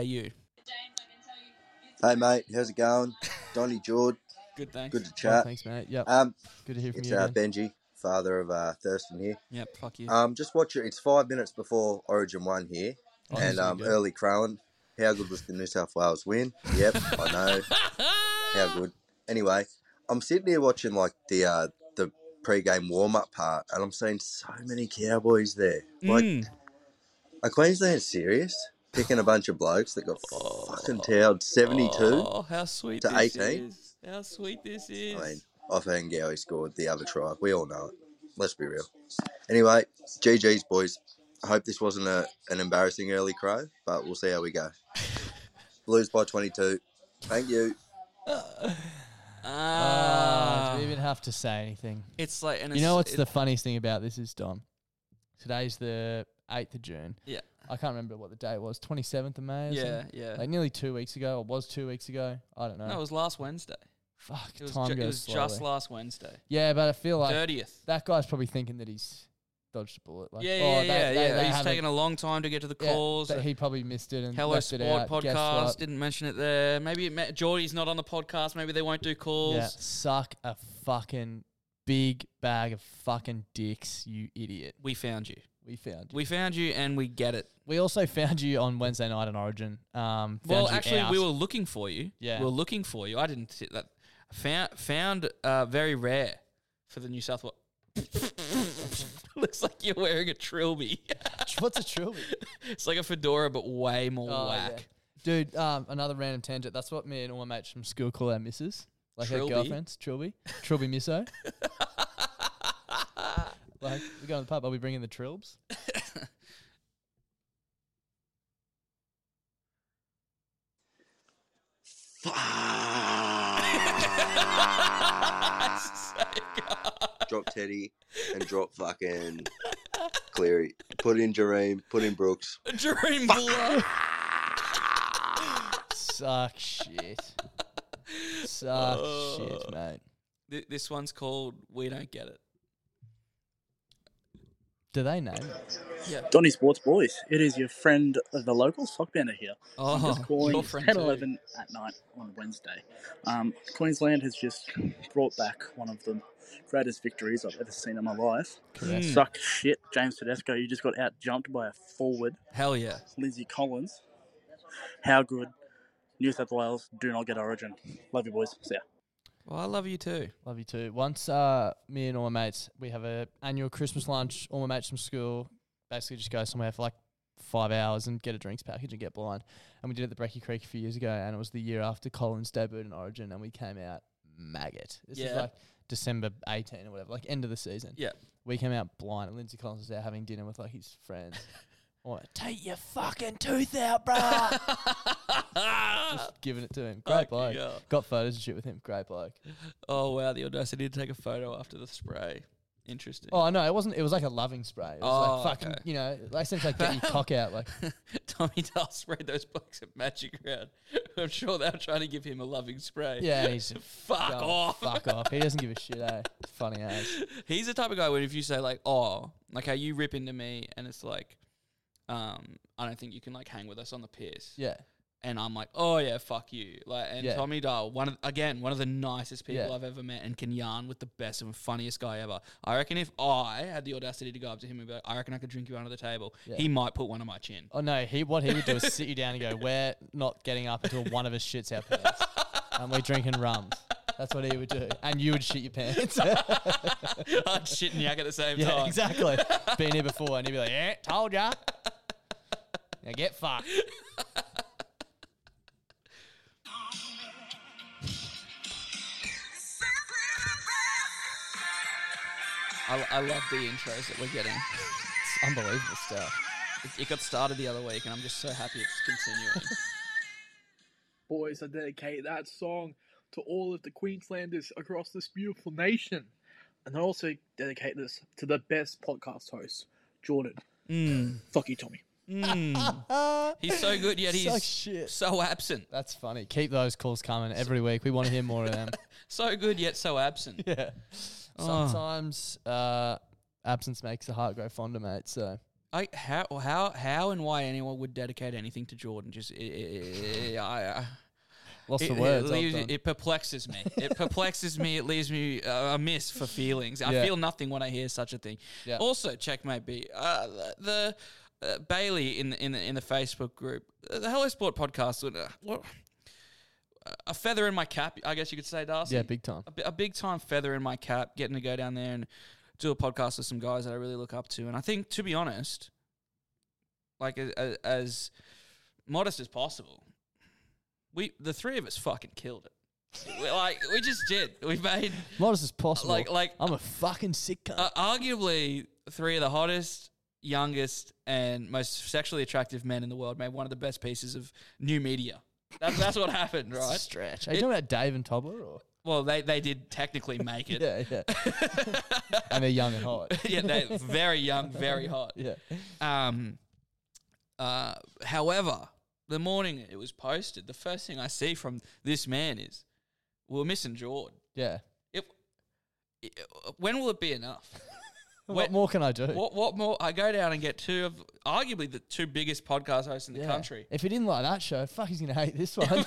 Speaker 4: Hey mate, how's it going? Donny Jord,
Speaker 1: Good, thanks.
Speaker 4: good to
Speaker 3: Oh,
Speaker 4: chat.
Speaker 3: thanks, mate. Yep.
Speaker 4: Um,
Speaker 3: good to hear from
Speaker 4: it's
Speaker 3: you.
Speaker 4: uh,
Speaker 3: Again.
Speaker 4: Benji, father of uh, Thurston here.
Speaker 1: Yep, fuck you.
Speaker 4: Um, just watch it. It's five minutes before Origin One here,
Speaker 3: Oh, this
Speaker 4: and
Speaker 3: is
Speaker 4: um,
Speaker 3: good.
Speaker 4: early Crowan. How good was the New South Wales win? Yep, I know. How good. Anyway, I'm sitting here watching like the uh, the pre-game warm-up part, and I'm seeing so many Cowboys there. Like,
Speaker 1: Hmm.
Speaker 3: Mm.
Speaker 4: are Queensland serious? Picking a bunch of blokes that got
Speaker 3: Oh,
Speaker 4: fucking towed seventy-two.
Speaker 1: Oh, how sweet
Speaker 4: To
Speaker 1: this
Speaker 4: 18?
Speaker 1: is. How sweet this is.
Speaker 4: I mean, offhand Gowie scored the other try. We all know it. Let's be real. Anyway, GG's boys. I hope this wasn't a, an embarrassing early crow, but we'll see how we go. Blues by 22. Thank you.
Speaker 1: Ah.
Speaker 3: Uh, do we even have to say anything?
Speaker 1: it's like, and
Speaker 3: You
Speaker 1: Ah. it's-
Speaker 3: know what's
Speaker 1: it-
Speaker 3: the funniest thing about this is Dom. Today's the eighth of June.
Speaker 1: yeah,
Speaker 3: I can't remember what the day was. Twenty seventh of May. Or
Speaker 1: yeah,
Speaker 3: something?
Speaker 1: yeah.
Speaker 3: Like nearly two weeks ago, or was two weeks ago. I don't know.
Speaker 1: no, it was last Wednesday.
Speaker 3: Fuck,
Speaker 1: It was,
Speaker 3: time
Speaker 1: ju-
Speaker 3: goes
Speaker 1: it was
Speaker 3: slowly.
Speaker 1: just last Wednesday,
Speaker 3: yeah, but I feel like
Speaker 1: thirtieth.
Speaker 3: that guy's probably thinking that he's dodged a bullet. Like,
Speaker 1: Yeah, yeah,
Speaker 3: oh, they-
Speaker 1: yeah,
Speaker 3: they-
Speaker 1: yeah.
Speaker 3: they
Speaker 1: He's
Speaker 3: haven't-
Speaker 1: taking a long time to get to the
Speaker 3: yeah,
Speaker 1: calls.
Speaker 3: that he probably missed it and
Speaker 1: Hello
Speaker 3: left
Speaker 1: Sport
Speaker 3: it out. Guess
Speaker 1: podcast
Speaker 3: what?
Speaker 1: didn't mention it there. Maybe it ma- Geordie's not on the podcast. Maybe they won't do calls.
Speaker 3: Yeah, suck a fucking big bag of fucking dicks, you idiot.
Speaker 1: We found you.
Speaker 3: We found you.
Speaker 1: We found you, and we get it.
Speaker 3: We also found you on Wednesday night in Origin. Um, found
Speaker 1: Well,
Speaker 3: you
Speaker 1: actually, we
Speaker 3: out.
Speaker 1: were looking for you.
Speaker 3: Yeah.
Speaker 1: we were looking for you. I didn't see that. Found found uh, very rare for the New South Wales. Looks like you're wearing a trilby.
Speaker 3: What's a trilby?
Speaker 1: it's like a fedora, but way more
Speaker 3: Oh, yeah.
Speaker 1: whack.
Speaker 3: Dude, um, another random tangent. That's what me and all my mates from school call our missus. Like
Speaker 1: Trilby?
Speaker 3: our girlfriends. Trilby. Trilby misso. like, we go in the pub. Are we bringing the trilbs?
Speaker 4: drop Teddy and drop fucking Cleary. Put in Jareem, put in Brooks.
Speaker 1: Dream blow.
Speaker 3: Suck shit. Suck
Speaker 1: Oh.
Speaker 3: shit, mate.
Speaker 1: Th- This one's called We Don't Get It.
Speaker 3: Do they name it?
Speaker 5: Donny Sports Boys. It is your friend, uh, the local sock bender here. I'm
Speaker 1: Oh,
Speaker 5: just calling
Speaker 1: your
Speaker 5: It's
Speaker 1: friend
Speaker 5: 10
Speaker 1: too.
Speaker 5: 11 at night on Wednesday. Um, Queensland has just brought back one of the greatest victories I've ever seen in my life.
Speaker 3: Correct.
Speaker 5: Suck shit, James Tedesco. You just got out jumped by a forward,
Speaker 1: Hell yeah.
Speaker 5: Lindsay Collins. How good. New South Wales do not get Origin. Love you, boys. See ya.
Speaker 1: Well, I love you too.
Speaker 3: Love you too. Once uh, me and all my mates, we have a annual Christmas lunch. All my mates from school basically just go somewhere for like five hours and get a drinks package and get blind. And we did it at the Brecky Creek a few years ago, and it was the year after Collins debuted in Origin, and we came out maggot. This is
Speaker 1: Yeah.
Speaker 3: like December 18 or whatever, like end of the season.
Speaker 1: Yeah.
Speaker 3: We came out blind, and Lindsay Collins was out having dinner with like his friends. I'm like, Take your fucking tooth out, bruh.
Speaker 1: Ah!
Speaker 3: Just giving it to him. Great
Speaker 1: Fuck
Speaker 3: bloke.
Speaker 1: yeah.
Speaker 3: Got photos and shit with him. Great bloke.
Speaker 1: Oh, wow. The audacity to take a photo after the spray. Interesting.
Speaker 3: Oh no, it wasn't. It was like a loving spray. It was
Speaker 1: Oh,
Speaker 3: like fucking,
Speaker 1: okay.
Speaker 3: you know, like since like getting your cock out, like
Speaker 1: Tommy Dahl sprayed those blokes at Magic Round. I'm sure they were trying to give him a loving spray.
Speaker 3: yeah, and he's
Speaker 1: Fuck
Speaker 3: going,
Speaker 1: off.
Speaker 3: fuck off. He doesn't give a shit. Eh? It's funny ass.
Speaker 1: He's the type of guy where if you say like, oh, like how you rip into me, and it's like, um, I don't think you can like hang with us on the piss.
Speaker 3: Yeah,
Speaker 1: And I'm like, oh yeah, fuck you. Like, and
Speaker 3: Yeah.
Speaker 1: Tommy Dahl, one of, again, one of the nicest people
Speaker 3: Yeah.
Speaker 1: I've ever met, and can yarn with the best and funniest guy ever. I reckon if I had the audacity to go up to him and be like, I reckon I could drink you under the table, he might put one on my chin.
Speaker 3: Oh no, he what he would do is sit you down and go, "We're not getting up until one of us shits our pants, and we're drinking rums." That's what he would do, and you would shit your pants.
Speaker 1: I'd shit and yak at the same
Speaker 3: yeah,
Speaker 1: time.
Speaker 3: exactly. Been here before, and he'd be like, "Yeah, told ya." Now get fucked.
Speaker 1: I, I love the intros that we're getting.
Speaker 3: It's unbelievable stuff.
Speaker 1: It, it got started the other week, and I'm just so happy it's continuing.
Speaker 6: boys, I dedicate that song to all of the Queenslanders across this beautiful nation. And I also dedicate this to the best podcast host, Jordan. Fuck you, Tommy.
Speaker 1: He's so good, yet he's
Speaker 3: Sucks shit.
Speaker 1: so absent.
Speaker 3: That's funny. Keep those calls coming every week. We want to hear more of them.
Speaker 1: So good, yet so absent.
Speaker 3: Yeah. Sometimes uh, absence makes the heart grow fonder, mate. So
Speaker 1: I, how, how, how, and why anyone would dedicate anything to Jordan? Just, it, it, it, I, I-
Speaker 3: lost
Speaker 1: it,
Speaker 3: the
Speaker 1: it
Speaker 3: words.
Speaker 1: leaves-
Speaker 3: I've done.
Speaker 1: it perplexes me. It perplexes me. It leaves me uh, amiss for feelings. I
Speaker 3: Yeah.
Speaker 1: feel nothing when I hear such a thing.
Speaker 3: Yeah.
Speaker 1: Also, checkmate B. Uh, the uh, Bailey in the, in the in the Facebook group, uh, the Hello Sport podcast. Uh, what, a feather in my cap, I guess you could say, Darcy.
Speaker 3: yeah, big time.
Speaker 1: a, bi- a big time feather in my cap getting to go down there and do a podcast with some guys that I really look up to. And I think, to be honest, like a, a, as modest as possible, we the three of us fucking killed it. we like we just did. We made
Speaker 3: Modest as possible.
Speaker 1: like like
Speaker 3: I'm a fucking sick cunt.
Speaker 1: uh, arguably three of the hottest, youngest, and most sexually attractive men in the world made one of the best pieces of new media. That, that's what happened, right?
Speaker 3: Stretch. Are you talking about Dave and Tobler? Or?
Speaker 1: Well, they, they did technically make it.
Speaker 3: Yeah, yeah. and they're young and hot.
Speaker 1: yeah, they're very young, very hot.
Speaker 3: Yeah.
Speaker 1: Um, uh, however, the morning it was posted, the first thing I see from this man is, "We're missing Jordan."
Speaker 3: Yeah.
Speaker 1: It, it- when will it be enough?
Speaker 3: what
Speaker 1: When-
Speaker 3: more can I do?
Speaker 1: What what more? I go down and get two of arguably the two biggest podcast hosts in the
Speaker 3: Yeah.
Speaker 1: country.
Speaker 3: If he didn't like that show, fuck, he's gonna hate this one.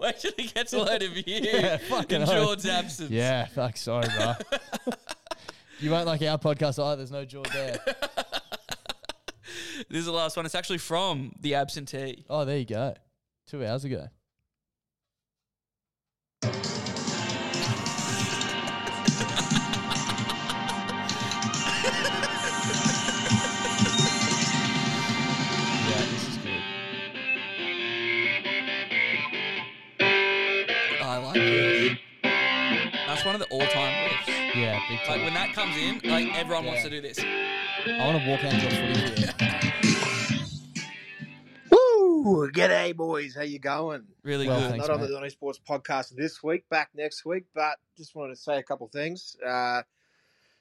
Speaker 1: Wait till he gets a load of you
Speaker 3: Yeah, fucking
Speaker 1: in
Speaker 3: hell.
Speaker 1: Jordan's absence.
Speaker 3: yeah, fuck, sorry, bro. you won't like our podcast either. There's no jaw there.
Speaker 1: This is the last one. It's actually from the absentee.
Speaker 3: Oh, there you go. Two hours ago.
Speaker 1: I like this. That's one of the all-time riffs.
Speaker 3: Yeah, big time.
Speaker 1: Like when that comes in, like everyone wants to
Speaker 3: Yeah.
Speaker 1: do this.
Speaker 3: I want to walk out and watch footy here.
Speaker 7: Woo! G'day, boys. How you going?
Speaker 1: Really
Speaker 3: Well,
Speaker 1: good.
Speaker 3: thanks,
Speaker 7: Not on
Speaker 3: mate.
Speaker 7: the Donny Sports podcast this week, back next week, but just wanted to say a couple things. Uh,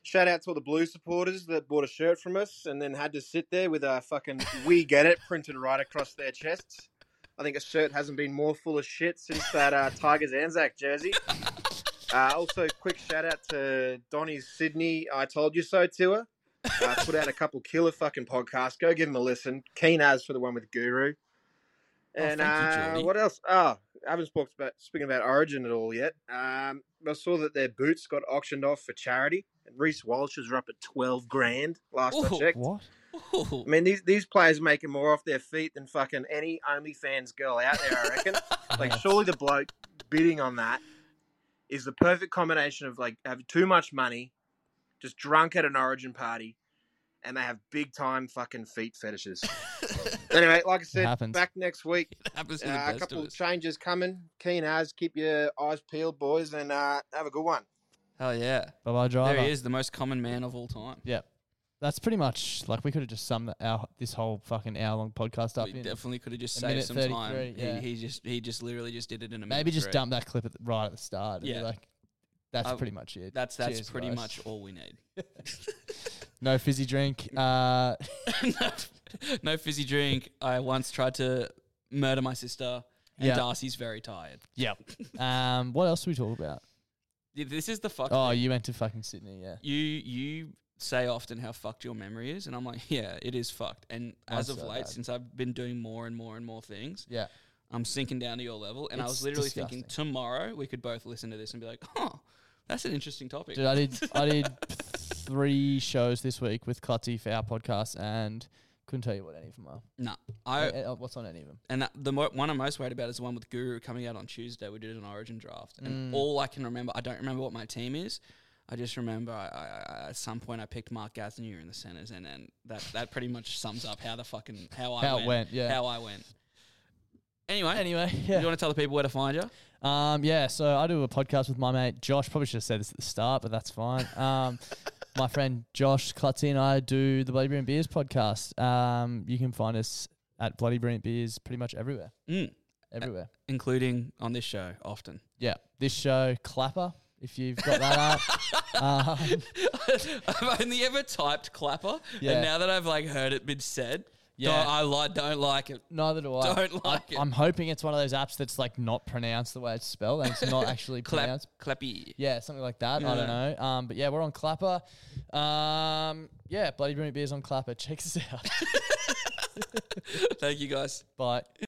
Speaker 7: shout out to all the blue supporters that bought a shirt from us and then had to sit there with a fucking We Get It printed right across their chests. I think a shirt hasn't been more full of shit since that uh, Tigers Anzac jersey. Uh, also, quick shout out to Donny's Sydney I Told You So tour. Uh, put out a couple killer fucking podcasts. Go give them a listen. Keen as for the one with Guru.
Speaker 1: Oh,
Speaker 7: And
Speaker 1: thank you,
Speaker 7: uh,
Speaker 1: Geordie.
Speaker 7: what else? Oh, I haven't spoke about, speaking about Origin at all yet. Um, I saw that their boots got auctioned off for charity. And Reese Walsh's are up at 12 grand last
Speaker 1: Ooh.
Speaker 7: I checked.
Speaker 3: What?
Speaker 1: Ooh.
Speaker 7: I mean, these, these players are making more off their feet than fucking any OnlyFans girl out there, I reckon. like, surely the bloke bidding on that is the perfect combination of like have too much money, just drunk at an origin party, and they have big time fucking feet fetishes. anyway, like I said,
Speaker 3: happens.
Speaker 7: back next week.
Speaker 1: It happens to the
Speaker 7: Uh, a
Speaker 1: best
Speaker 7: couple
Speaker 1: of
Speaker 7: of
Speaker 1: us.
Speaker 7: changes coming. Keen as, keep your eyes peeled, boys, and uh, have a good one.
Speaker 1: Hell yeah.
Speaker 3: Bye bye, driver.
Speaker 1: There he is, the most common man of all time.
Speaker 3: Yeah. That's pretty much like we could have just summed the- our this whole fucking hour long podcast up
Speaker 1: We
Speaker 3: in.
Speaker 1: definitely could have just
Speaker 3: A
Speaker 1: saved
Speaker 3: minute
Speaker 1: some
Speaker 3: 33,
Speaker 1: time.
Speaker 3: yeah.
Speaker 1: He, he just he just literally just did it in a minute.
Speaker 3: Maybe just
Speaker 1: three.
Speaker 3: dump that clip at the, right at the start. and be
Speaker 1: Yeah.
Speaker 3: like, that's
Speaker 1: I-
Speaker 3: pretty much it.
Speaker 1: That's that's
Speaker 3: Cheers,
Speaker 1: pretty
Speaker 3: guys.
Speaker 1: much all we need.
Speaker 3: No fizzy drink. Uh,
Speaker 1: no fizzy drink. I once tried to murder my sister, and
Speaker 3: Yeah.
Speaker 1: Darcy's very tired.
Speaker 3: yep. Um, what else do we talk about?
Speaker 1: Yeah, This is the fuck.
Speaker 3: Oh,
Speaker 1: thing.
Speaker 3: you went to fucking Sydney, yeah.
Speaker 1: you you say often how fucked your memory is, and I'm like, yeah, it is fucked. And as
Speaker 3: Mine's
Speaker 1: of
Speaker 3: so
Speaker 1: late,
Speaker 3: bad.
Speaker 1: since I've been doing more and more and more things,
Speaker 3: Yeah.
Speaker 1: I'm sinking down to your level. And I
Speaker 3: It's
Speaker 1: was literally thinking
Speaker 3: disgusting.
Speaker 1: tomorrow we could both listen to this and be like, oh, that's an interesting topic.
Speaker 3: Dude, I did I did three shows this week with Clutzy for our podcast and couldn't tell you what any of them are.
Speaker 1: nah, I
Speaker 3: Eh, eh, what's on any of them?
Speaker 1: And that, the mo- one I'm most worried about is the one with Guru coming out on Tuesday. We did an Origin draft,
Speaker 3: Mm.
Speaker 1: and all I can remember, I don't remember what my team is. I just remember I, I, I, at some point I picked Mark Gasnier in the centers, and, and that that pretty much sums up how the fucking how I
Speaker 3: How it
Speaker 1: went,
Speaker 3: went, yeah.
Speaker 1: how I went. Anyway,
Speaker 3: Anyway,
Speaker 1: you
Speaker 3: yeah.
Speaker 1: want to tell the people where to find you?
Speaker 3: Um, yeah, so I do a podcast with my mate Josh. Probably should have said this at the start, but that's fine. Um, my friend Josh Clutzy and I do the Bloody Brilliant Beers podcast. Um, you can find us at Bloody Brilliant Beers pretty much everywhere.
Speaker 1: Mm,
Speaker 3: Everywhere.
Speaker 1: including on this show often.
Speaker 3: Yeah. This show, Clapper, if you've got that up. Um,
Speaker 1: I've only ever typed clapper,
Speaker 3: Yeah.
Speaker 1: and now that I've like heard it been said, yeah,
Speaker 3: Yeah.
Speaker 1: I li- don't like it.
Speaker 3: neither do I.
Speaker 1: Don't like
Speaker 3: I,
Speaker 1: it.
Speaker 3: I'm hoping it's one of those apps that's like not pronounced the way it's spelled and it's not actually
Speaker 1: Clap,
Speaker 3: pronounced.
Speaker 1: clappy.
Speaker 3: Yeah, something like that. I don't know. Um, but yeah, we're on Clapper. Um, yeah, Bloody Brilliant Beers on Clapper. Check us out.
Speaker 1: Thank you guys.
Speaker 3: Bye.